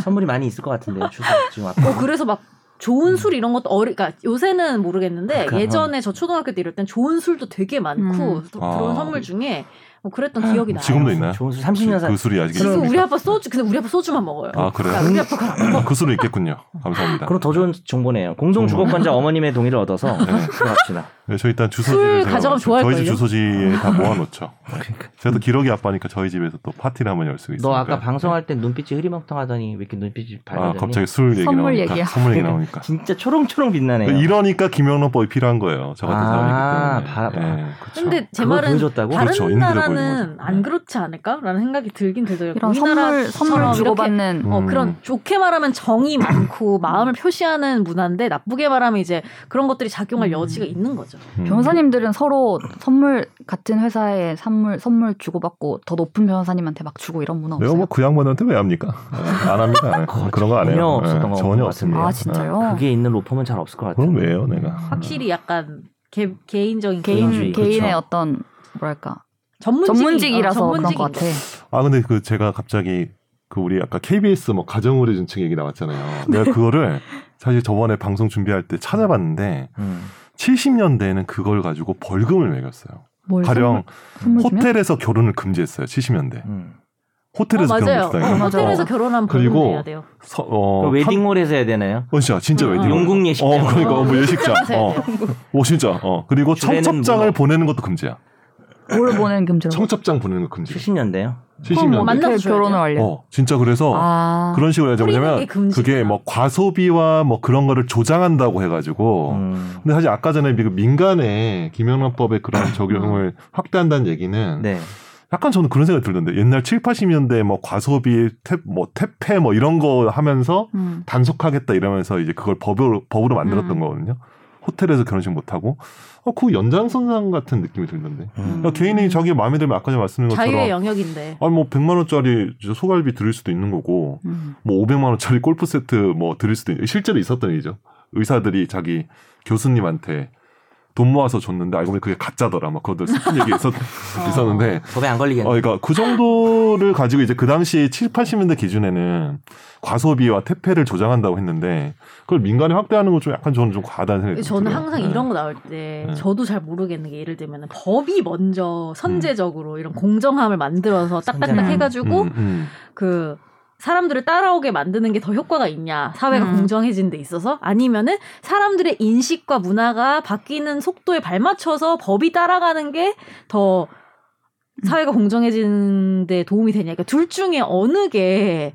선물이 많이 있을 것 같은데요. 주소 지금 앞에. 어 그래서 막 좋은 술 이런 것도 어리 그러니까 요새는 모르겠는데 음. 그러니까. 예전에 저 초등학교 때 이럴 땐 좋은 술도 되게 많고 음. 또 들어온 아. 선물 중에 뭐 그랬던 기억이 나요. 지금도 있나요? 아, 좋은 술 30년 사. 그 술이 아직 지금 우리 있습니까? 아빠 소주 근데 우리 아빠 소주만 먹어요. 아 그러니까 그래요? 우리 아빠 그걸 안 먹어. 그 술은 있겠군요. 감사합니다. 그럼 더 좋은 정보네요. 공동 주거권자 어머님의 동의를 얻어서 네. 들어갑시다. 네, 저 일단 술 주소지를 제가 가져가면 맞춰- 좋아할걸요? 저희 집 주소지에 다 모아놓죠. 그러니까. 제가 또 기러기 아빠니까 저희 집에서 또 파티를 한번 열 수 있어요. 너 아까 방송할 때 눈빛이 흐리멍텅하더니 왜 이렇게 눈빛이 아 밝아졌니? 갑자기 술 얘기 선물 나오니까 얘기야. 선물 얘기 나오니까 진짜 초롱초롱 빛나네요. 그러니까 이러니까 김영란법이 필요한 거예요. 저 같은 아, 사람이기 때문에. 바- 예, 그렇죠. 근데 제 그걸 말은 보여줬다고? 다른 그렇죠. 인들어 보이는 나라는 거죠. 안 그렇지 않을까라는 생각이 들긴 들더라고요. 이런 선물 선물 우리나라처럼 이렇게 주고받는 어, 음. 그런 좋게 말하면 정이 많고 마음을 표시하는 문화인데 나쁘게 말하면 이제 그런 것들이 작용할 음. 여지가 있는 거죠. 음. 변호사님들은 서로 선물 같은 회사에 선물 선물 주고받고 더 높은 변호사님한테 막 주고 이런 문화 내가 없어요? 뭐그 양반한테 왜 합니까? 예, 안 합니다. 예, 그런 거 안 해요. 전혀 없었던 예, 것 같은데. 전혀 없습니다. 아 예. 어. 진짜요? 그게 있는 로펌은 잘 없을 것 같아요. 그럼 왜요, 내가? 확실히 약간 개, 개인적인 개인주의. 개인 그렇죠. 개인의 어떤 뭐랄까 전문직이, 전문직이라서 어, 그런 전문직인 것 같아. 거죠. 아 근데 그 제가 갑자기 그 우리 아까 KBS 뭐 가정의료 준칙 얘기 나왔잖아요. 네. 내가 그거를 사실 저번에 방송 준비할 때 찾아봤는데 음. 70년대에는 그걸 가지고 벌금을 매겼어요. 뭘 가령 선물, 선물 주면? 호텔에서 결혼을 금지했어요. 70년대. 음. 호텔에서 어, 결혼을 맞아요. 금지했다니까. 호텔에서 결혼하면 그리고 벌금 내야 돼요. 서- 어, 그럼 웨딩홀에서 해야 되나요? 어, 진짜 진짜 응, 웨딩. 응. 용궁 예식장. 어, 그러니까 어, 어, 뭐 예식장. 예식장에서 해야 어, 어, 진짜. 어, 그리고 주례는 청첩장을 뭐- 보내는 것도 금지야. 뭘 보내는 금지로? 청첩장 보내는 거 금지. 70년대요. 그럼 70년. 뭐 만나- 어떻게 만나서 줘야 결혼을 완료? 어, 진짜 그래서 아 그런 식으로 해서 뿌리는 왜냐면 게 금지구나. 그게 뭐 과소비와 뭐 그런 거를 조장한다고 해가지고. 음. 어. 근데 사실 아까 전에 그 민간에 김영란법의 그런 적용을 확대한다는 얘기는 네. 약간 저는 그런 생각이 들던데 옛날 7, 80년대 뭐 과소비, 태, 뭐 태폐 뭐 이런 거 하면서 음. 단속하겠다 이러면서 이제 그걸 법으로 법으로 만들었던 음. 거거든요. 호텔에서 결혼식 못 하고 어그 연장선상 같은 느낌이 들던데. 음. 그러니까 개인이 자기 마음에 들면 아까 전에 말씀드린 자유의 것처럼 영역인데. 아니 뭐 100만 원짜리 진짜 소갈비 드릴 수도 있는 거고 음. 뭐 500만 원짜리 골프 세트 뭐 드릴 수도 있는 실제로 있었던 일이죠. 의사들이 자기 교수님한테 돈 모아서 줬는데 알고 보니 그게 가짜더라. 막 그것도 슬픈 얘기 있었, 어. 있었는데 법에 안 걸리겠네. 어, 그러니까 그 정도를 가지고 이제 그 당시 70, 80년대 기준에는 과소비와 태폐를 조장한다고 했는데 그걸 민간에 확대하는 건 좀 약간 저는 좀 과하다는 그 생각이 저는 들어요. 항상 네. 이런 거 나올 때 네. 저도 잘 모르겠는 게 예를 들면 법이 먼저 선제적으로 이런 공정함을 만들어서 딱딱딱 선제함. 해가지고 음, 음. 그 사람들을 따라오게 만드는 게 더 효과가 있냐 사회가 음. 공정해진 데 있어서 아니면은 사람들의 인식과 문화가 바뀌는 속도에 발맞춰서 법이 따라가는 게 더 사회가 공정해진 데 도움이 되냐 그러니까 둘 중에 어느 게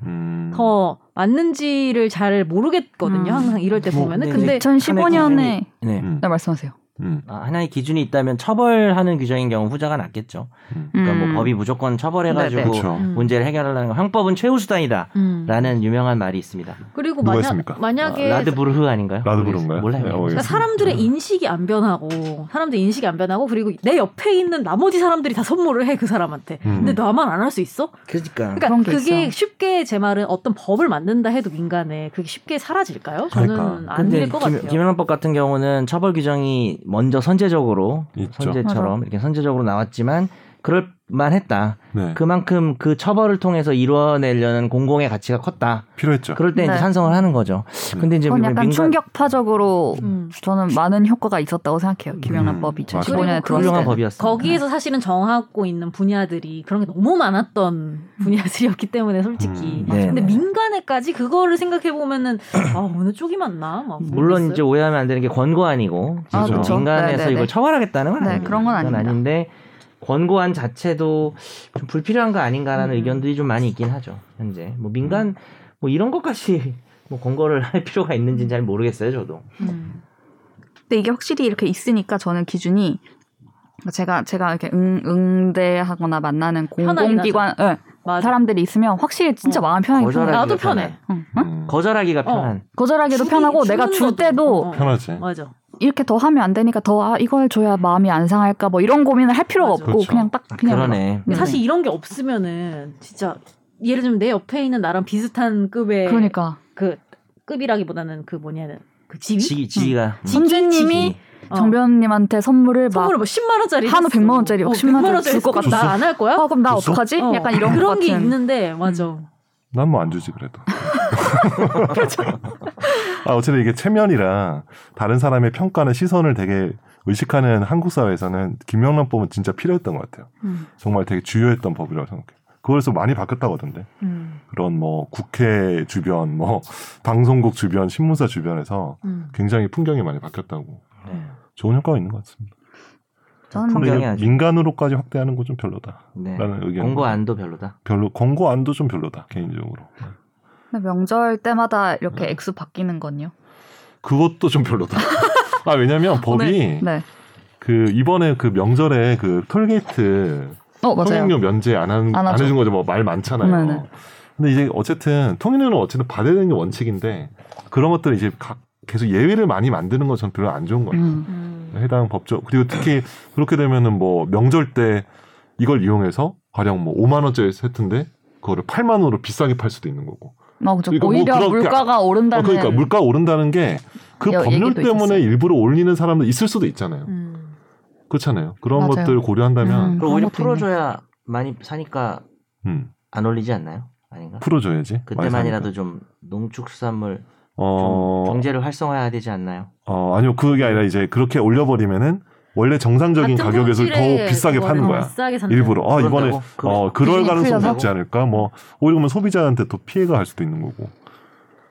더 음. 맞는지를 잘 모르겠거든요 음. 항상 이럴 때 뭐, 보면은 네. 근데 2015년에 네. 음. 네 말씀하세요. 음, 아, 하나의 기준이 있다면 처벌하는 규정인 경우 후자가 낫겠죠. 음. 그러니까 뭐 법이 무조건 처벌해가지고 그렇죠. 음. 네. 문제를 해결하려는 거 형법은 최후 수단이다라는 음. 유명한 말이 있습니다. 어, 그리고 누가 만약 했습니까? 만약에 라드 부르흐 아닌가요? 라드부른가요? 몰라요. 네, 그러니까 알겠습니다. 사람들의 인식이 안 변하고 사람들 인식이 안 변하고 그리고 내 옆에 있는 나머지 사람들이 다 선물을 해 그 사람한테. 음. 근데 나만 안 할 수 있어? 그러니까. 그러니까 게 그게 있어. 쉽게 제 말은 어떤 법을 만든다 해도 민간에 그게 쉽게 사라질까요? 저는 그러니까. 안 근데 될 것 같아요. 김연아법 같은 경우는 처벌 규정이 먼저 선제적으로 있죠. 선제처럼 이렇게 선제적으로 나왔지만 그럴 만했다. 네. 그만큼 그 처벌을 통해서 이루어내려는 공공의 가치가 컸다. 필요했죠. 음. 그럴 때 이제 네. 찬성을 하는 거죠. 근데 이제 그건 민간 약간 충격파적으로 음. 저는 많은 효과가 있었다고 생각해요. 김영란 음, 법이 맞아요. 2015년에 그리고 들어왔을 훌륭한 때. 법이었습니다. 거기에서 사실은 정하고 있는 분야들이 그런 게 너무 많았던 분야들이었기 때문에 솔직히. 음, 네, 근데 네. 민간에까지 그거를 생각해 보면은 아 어느 쪽이 맞나? 막 음. 물론 모르겠어요. 이제 오해하면 안 되는 게 권고안이고 아, 지금 그렇죠. 민간에서 네, 네, 이걸 네. 처벌하겠다는 건 네, 아니에요. 그런 건 아닙니다. 아닌데 권고안 자체도 좀 불필요한 거 아닌가라는 음. 의견들이 좀 많이 있긴 하죠. 현재 뭐 음. 민간 뭐 이런 것까지 뭐 권고를 할 필요가 있는지는 잘 모르겠어요. 저도 음. 근데 이게 확실히 이렇게 있으니까 저는 기준이 제가 제가 이렇게 응, 응대하거나 만나는 편하긴 공공기관 예, 맞아. 사람들이 있으면 확실히 진짜 어. 마음 편하게 거절하기가 편해요. 나도 편해. 편한. 응, 응? 음, 어, 거절하기가 편한. 거절하기도 주기- 편하고 주는 내가 줄 것도. 때도 어, 어. 편하지. 맞아. 이렇게 더 하면 안 되니까 더 아 이걸 줘야 마음이 안 상할까 뭐 이런 고민을 할 필요가 맞아. 없고 그렇죠. 그냥딱 아, 그냥 그러네. 네. 사실 이런 게 없으면은 진짜 예를 들면 내 옆에 있는 나랑 비슷한 급의 그러니까 그 급이라기보다는 그 뭐냐는 그 지위 지기 지기가 음. 선생님이 지기. 어. 정변님한테 선물을 막 선물을 뭐 10만 원짜리 어, 한우 100만 원짜리, 10만 원짜리 줄것 같다. 나안 할 거야? 아, 그럼 나 줬어? 어떡하지? 어, 약간 이런 그런 것 게 같은. 있는데 맞아. 난 뭐 안 주지 그래도. 아 어쨌든 이게 체면이라 다른 사람의 평가나 시선을 되게 의식하는 한국 사회에서는 김영란법은 진짜 필요했던 것 같아요. 음. 정말 되게 주요했던 법이라고 생각해요. 그거에서 많이 바뀌었다고 하던데. 음. 그런 뭐 국회 주변, 뭐 방송국 주변, 신문사 주변에서 음. 굉장히 풍경이 많이 바뀌었다고. 네. 좋은 효과가 있는 것 같습니다. 저는 뭐 근데 풍경이 이게 아주- 민간으로까지 확대하는 건 좀 별로다라는 네. 음. 의견. 권고안도 별로다. 별로 권고안도 좀 별로다 개인적으로. 근데 명절 때마다 이렇게 네. 액수 바뀌는 건요. 그것도 좀 별로다. 아 왜냐면 법이 네. 그 이번에 그 명절에 그 톨게이트 어 맞아요. 통행료 면제 안, 한, 안 안 하죠. 해준 거죠. 뭐 말 많잖아요. 네, 네. 근데 이제 어쨌든 통행료는 어쨌든 받아야 되는 게 원칙인데 그런 것들을 이제 각 계속 예외를 많이 만드는 건 전 별로 안 좋은 거예요. 음. 음. 해당 법적 그리고 특히 그렇게 되면은 뭐 명절 때 이걸 이용해서 가령 뭐 5만 원짜리 세트인데 그거를 8만 원으로 비싸게 팔 수도 있는 거고. 아, 그죠. 그러니까 뭐 오히려 그렇게- 물가가 어, 오른다는. 그러니까 물가 오른다는 게 그 여- 법률 얘기도 때문에 있었어요. 일부러 올리는 사람도 있을 수도 있잖아요. 음. 그렇잖아요. 그런 맞아요. 것들 고려한다면 음. 그리고 오히려 그런 것도 풀어줘야 많이 사니까 음, 안 올리지 않나요? 아닌가? 풀어줘야지. 그때만이라도 많이 사니까. 좀 농축수산물 어, 좀 경제를 활성화해야 되지 않나요? 어, 아니요 그게 아니라 이제 그렇게 올려버리면은 원래 정상적인 같은 가격에서 품질의 더 비싸게 그거를 파는 거야. 비싸게 산다. 일부러. 아 이번에 그런다고? 그- 어 그럴 비중이 가능성이 풀려서? 높지 않을까. 뭐 오히려 그러면 소비자한테 더 피해가 갈 수도 있는 거고.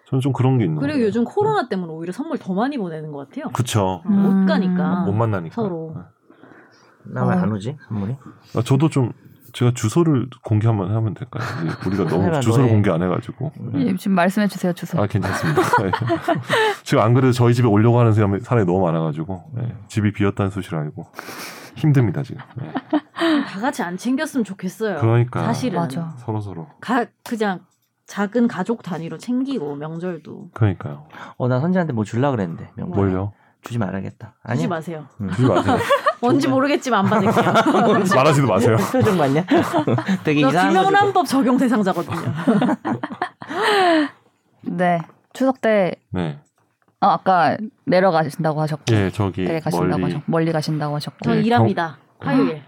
저는 좀 그런 게 있는. 그리고 요즘 코로나 때문에 오히려 선물 더 많이 보내는 것 같아요. 그쵸. 음. 못 가니까. 못 만나니까. 서로. 나 어. 왜 안 오지? 선물이? 아, 저도 좀 제가 주소를 공개 한번 하면 될까요? 이제 우리가 너무 사실은 주소를 너의- 공개 안 해가지고. 음. 예, 지금 말씀해 주세요 주소. 아 괜찮습니다. 예. 지금 안 그래도 저희 집에 오려고 하는 사람이, 사람이 너무 많아가지고 예. 집이 비었다는 소식을 알고 힘듭니다 지금. 예. 다 같이 안 챙겼으면 좋겠어요. 그러니까 사실은 맞아. 서로 서로. 가, 그냥 작은 가족 단위로 챙기고 명절도 그러니까요. 어, 나 선재한테 뭐 줄라 그랬는데. 명절. 뭘요? 주지 말아야겠다. 아니 음. 주지 마세요. 주지 마세요. 뭔지 모르겠지만 안 받을게요. 말하지도 마세요. 그 표정 맞냐? 되게 저 이상한 거 주고. 김영란법 적용 대상자거든요. 네. 추석 때 네. 아, 아까 내려가신다고 하셨고 예, 저기 댁에 네, 가신다고 멀리. 하셨 멀리 가신다고 하셨고. 저 네, 일합니다. 화요일.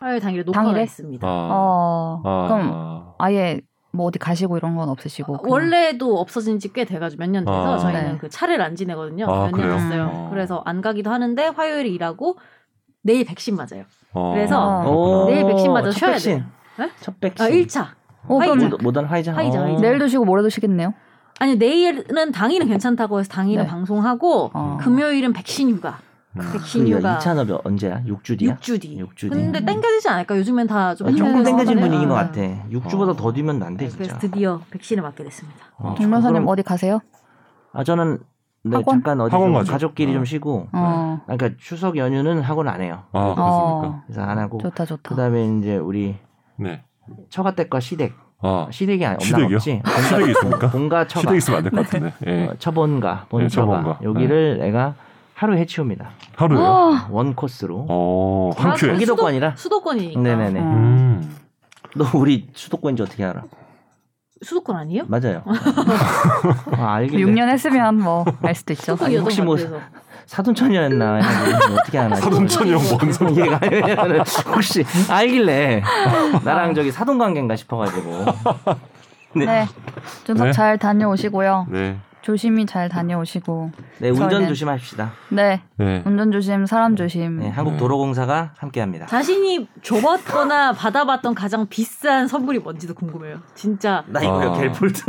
화요일 당일에 녹화가 당일에? 있습니다. 아, 어, 아, 그럼 아예 뭐 어디 가시고 이런 건 없으시고 아, 그냥- 아, 원래도 없어진 지 꽤 돼가지고 몇 년 돼서 아. 저희는 네. 그 차를 안 지내거든요. 아, 몇 년 그래요? 됐어요. 어. 그래서 안 가기도 하는데 화요일에 일하고 내일 백신 맞아요. 어, 그래서 그렇구나. 네. 내일 백신 맞아 첫 쉬어야 백신. 네? 첫 백신. 아, 1차. 어, 그럼 화이자. 모- 모던 화이자. 화이자, 어. 화이자. 내일도 쉬고 모레도 쉬겠네요. 아니 내일은 당일은 괜찮다고 해서 당일은 네. 방송하고 어. 금요일은 백신 휴가. 음. 백신 신유가 휴가 2차는 몇- 언제야? 6주 뒤야? 6주 뒤. 육주 뒤. 근데 땡겨지지 않을까? 요즘엔 다좀 음, 아, 조금 땡겨진 그러네. 분위기인 것 아. 같아. 어. 6주보다 더 뒤면 안 돼, 네, 그래서 진짜. 드디어 백신을 맞게 됐습니다. 어, 동명사님 그럼- 어디 가세요? 아, 저는 네, 학원? 잠깐 어디 학원 좀 가죠. 가족끼리 어. 좀 쉬고 어. 아, 그러니까 추석 연휴는 학원 안 해요. 아 그렇습니까? 어. 그래서 안 하고 좋다 좋다. 뭐 그다음에 이제 우리 네. 처가댁과 시댁 아 시댁이 아니 없나 시댁이요? 없지 시댁이 있습니까? 본가 처가 시댁 있으면 안 될 것 같은데. 예. 어, 처본가 예, 본처가 처본가. 여기를 내가 하루 해치웁니다. 어. 하루요. 원 코스로. 어, 한 큐에. 여기도 권이라? 수도권이니까. 네네네. 어. 음. 너 우리 수도권인지 어떻게 알아? 수도권 아니에요? 맞아요. 아, 알길래 6년 했으면 뭐 알 수도 있죠. 아니, 수도권이었던 혹시 것 뭐- 같아서. 사돈천이었나 해가지고 어떻게 하나. 사돈천이 뭔 소리. 이해가 안 돼요. 왜냐면은 혹시 알길래 나랑 저기 사돈 관계인가 싶어가지고. 네. 네. 준석 네. 잘 다녀오시고요. 네. 조심히 잘 다녀오시고. 네, 운전 저는- 조심합시다. 네. 네. 운전 조심, 사람 조심. 네, 네. 한국도로공사가 함께합니다. 자신이 줘봤거나 받아봤던 가장 비싼 선물이 뭔지도 궁금해요. 진짜. 나 이거요, 아. 갤폴트.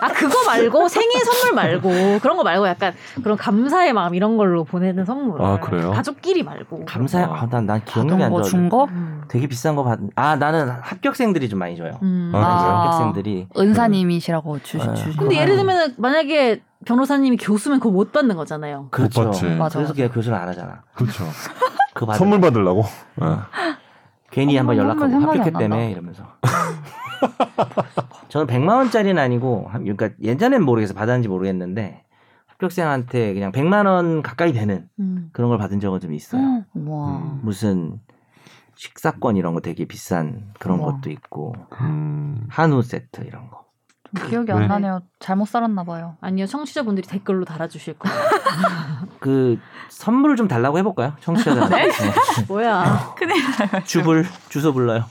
아, 그거 말고 생일 선물 말고 그런 거 말고 약간 그런 감사의 마음 이런 걸로 보내는 선물. 아, 그래요? 가족끼리 말고. 감사해. 아, 난, 난 기억력이 받은 안 거, 좋아. 준 거? 음. 되게 비싼 거 받. 아 나는 합격생들이 좀 많이 줘요. 음. 아, 그래서 아. 합격생들이. 은사님이시라고 주시, 네. 주시. 근데 예를 들면 만약에 변호사님이 교수면 그거 못 받는 거잖아요. 그렇죠. 받지. 맞아, 맞아. 그래서 걔 교수를 안 하잖아. 그렇죠. 그 받. 선물 받으려고? 괜히 한번 선물 연락하고 생각이 안 합격했다며 난다. 이러면서. 저는 100만 원짜리는 아니고 한- 그러니까 예전엔 모르겠어 받았는지 모르겠는데 합격생한테 그냥 100만 원 가까이 되는 음. 그런 걸 받은 적은 좀 있어요. 와. 음. 무슨 식사권 이런 거 되게 비싼 그런 우와. 것도 있고 음. 한우 세트 이런 거. 좀 기억이 네. 안 나네요. 잘못 살았나 봐요. 아니요, 청취자분들이 댓글로 달아주실 거예요. 그 선물을 좀 달라고 해볼까요? 청취자들. 네? 뭐야. 주불 주소 불러요.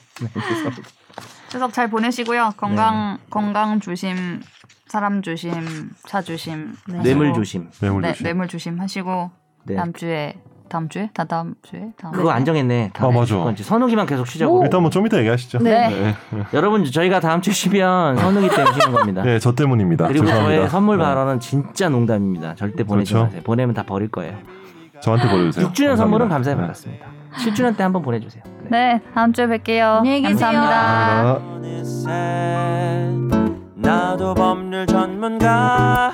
추석 잘 보내시고요. 건강 네. 건강 조심, 사람 조심, 차 조심, 네. 하시고. 뇌물 조심. 뇌물 네, 조심. 뇌물 조심 하시고 네. 다음 주에 다음 주에 다 다음 주에 다음 그거 안 정했네. 다음 아, 맞아. 주에 쉴 건지. 선우기만 계속 쉬자고. 일단 뭐 좀 이따 얘기하시죠. 네. 네. 여러분 저희가 다음 주에 쉬면 선우기 때문에 쉬는 겁니다. 네, 저 때문입니다. 그리고 죄송합니다. 저의 선물 네. 발언은 진짜 농담입니다. 절대 보내지 그렇죠. 마세요. 보내면 다 버릴 거예요. 저한테 보내주세요. 6주년 감사합니다. 선물은 감사히 네. 받았습니다. 7주년 때 한번 보내주세요. 네. 네, 다음 주에 뵐게요. 안녕히 계세요. 감사합니다. 감사합니다. 어느새 나도 법률 전문가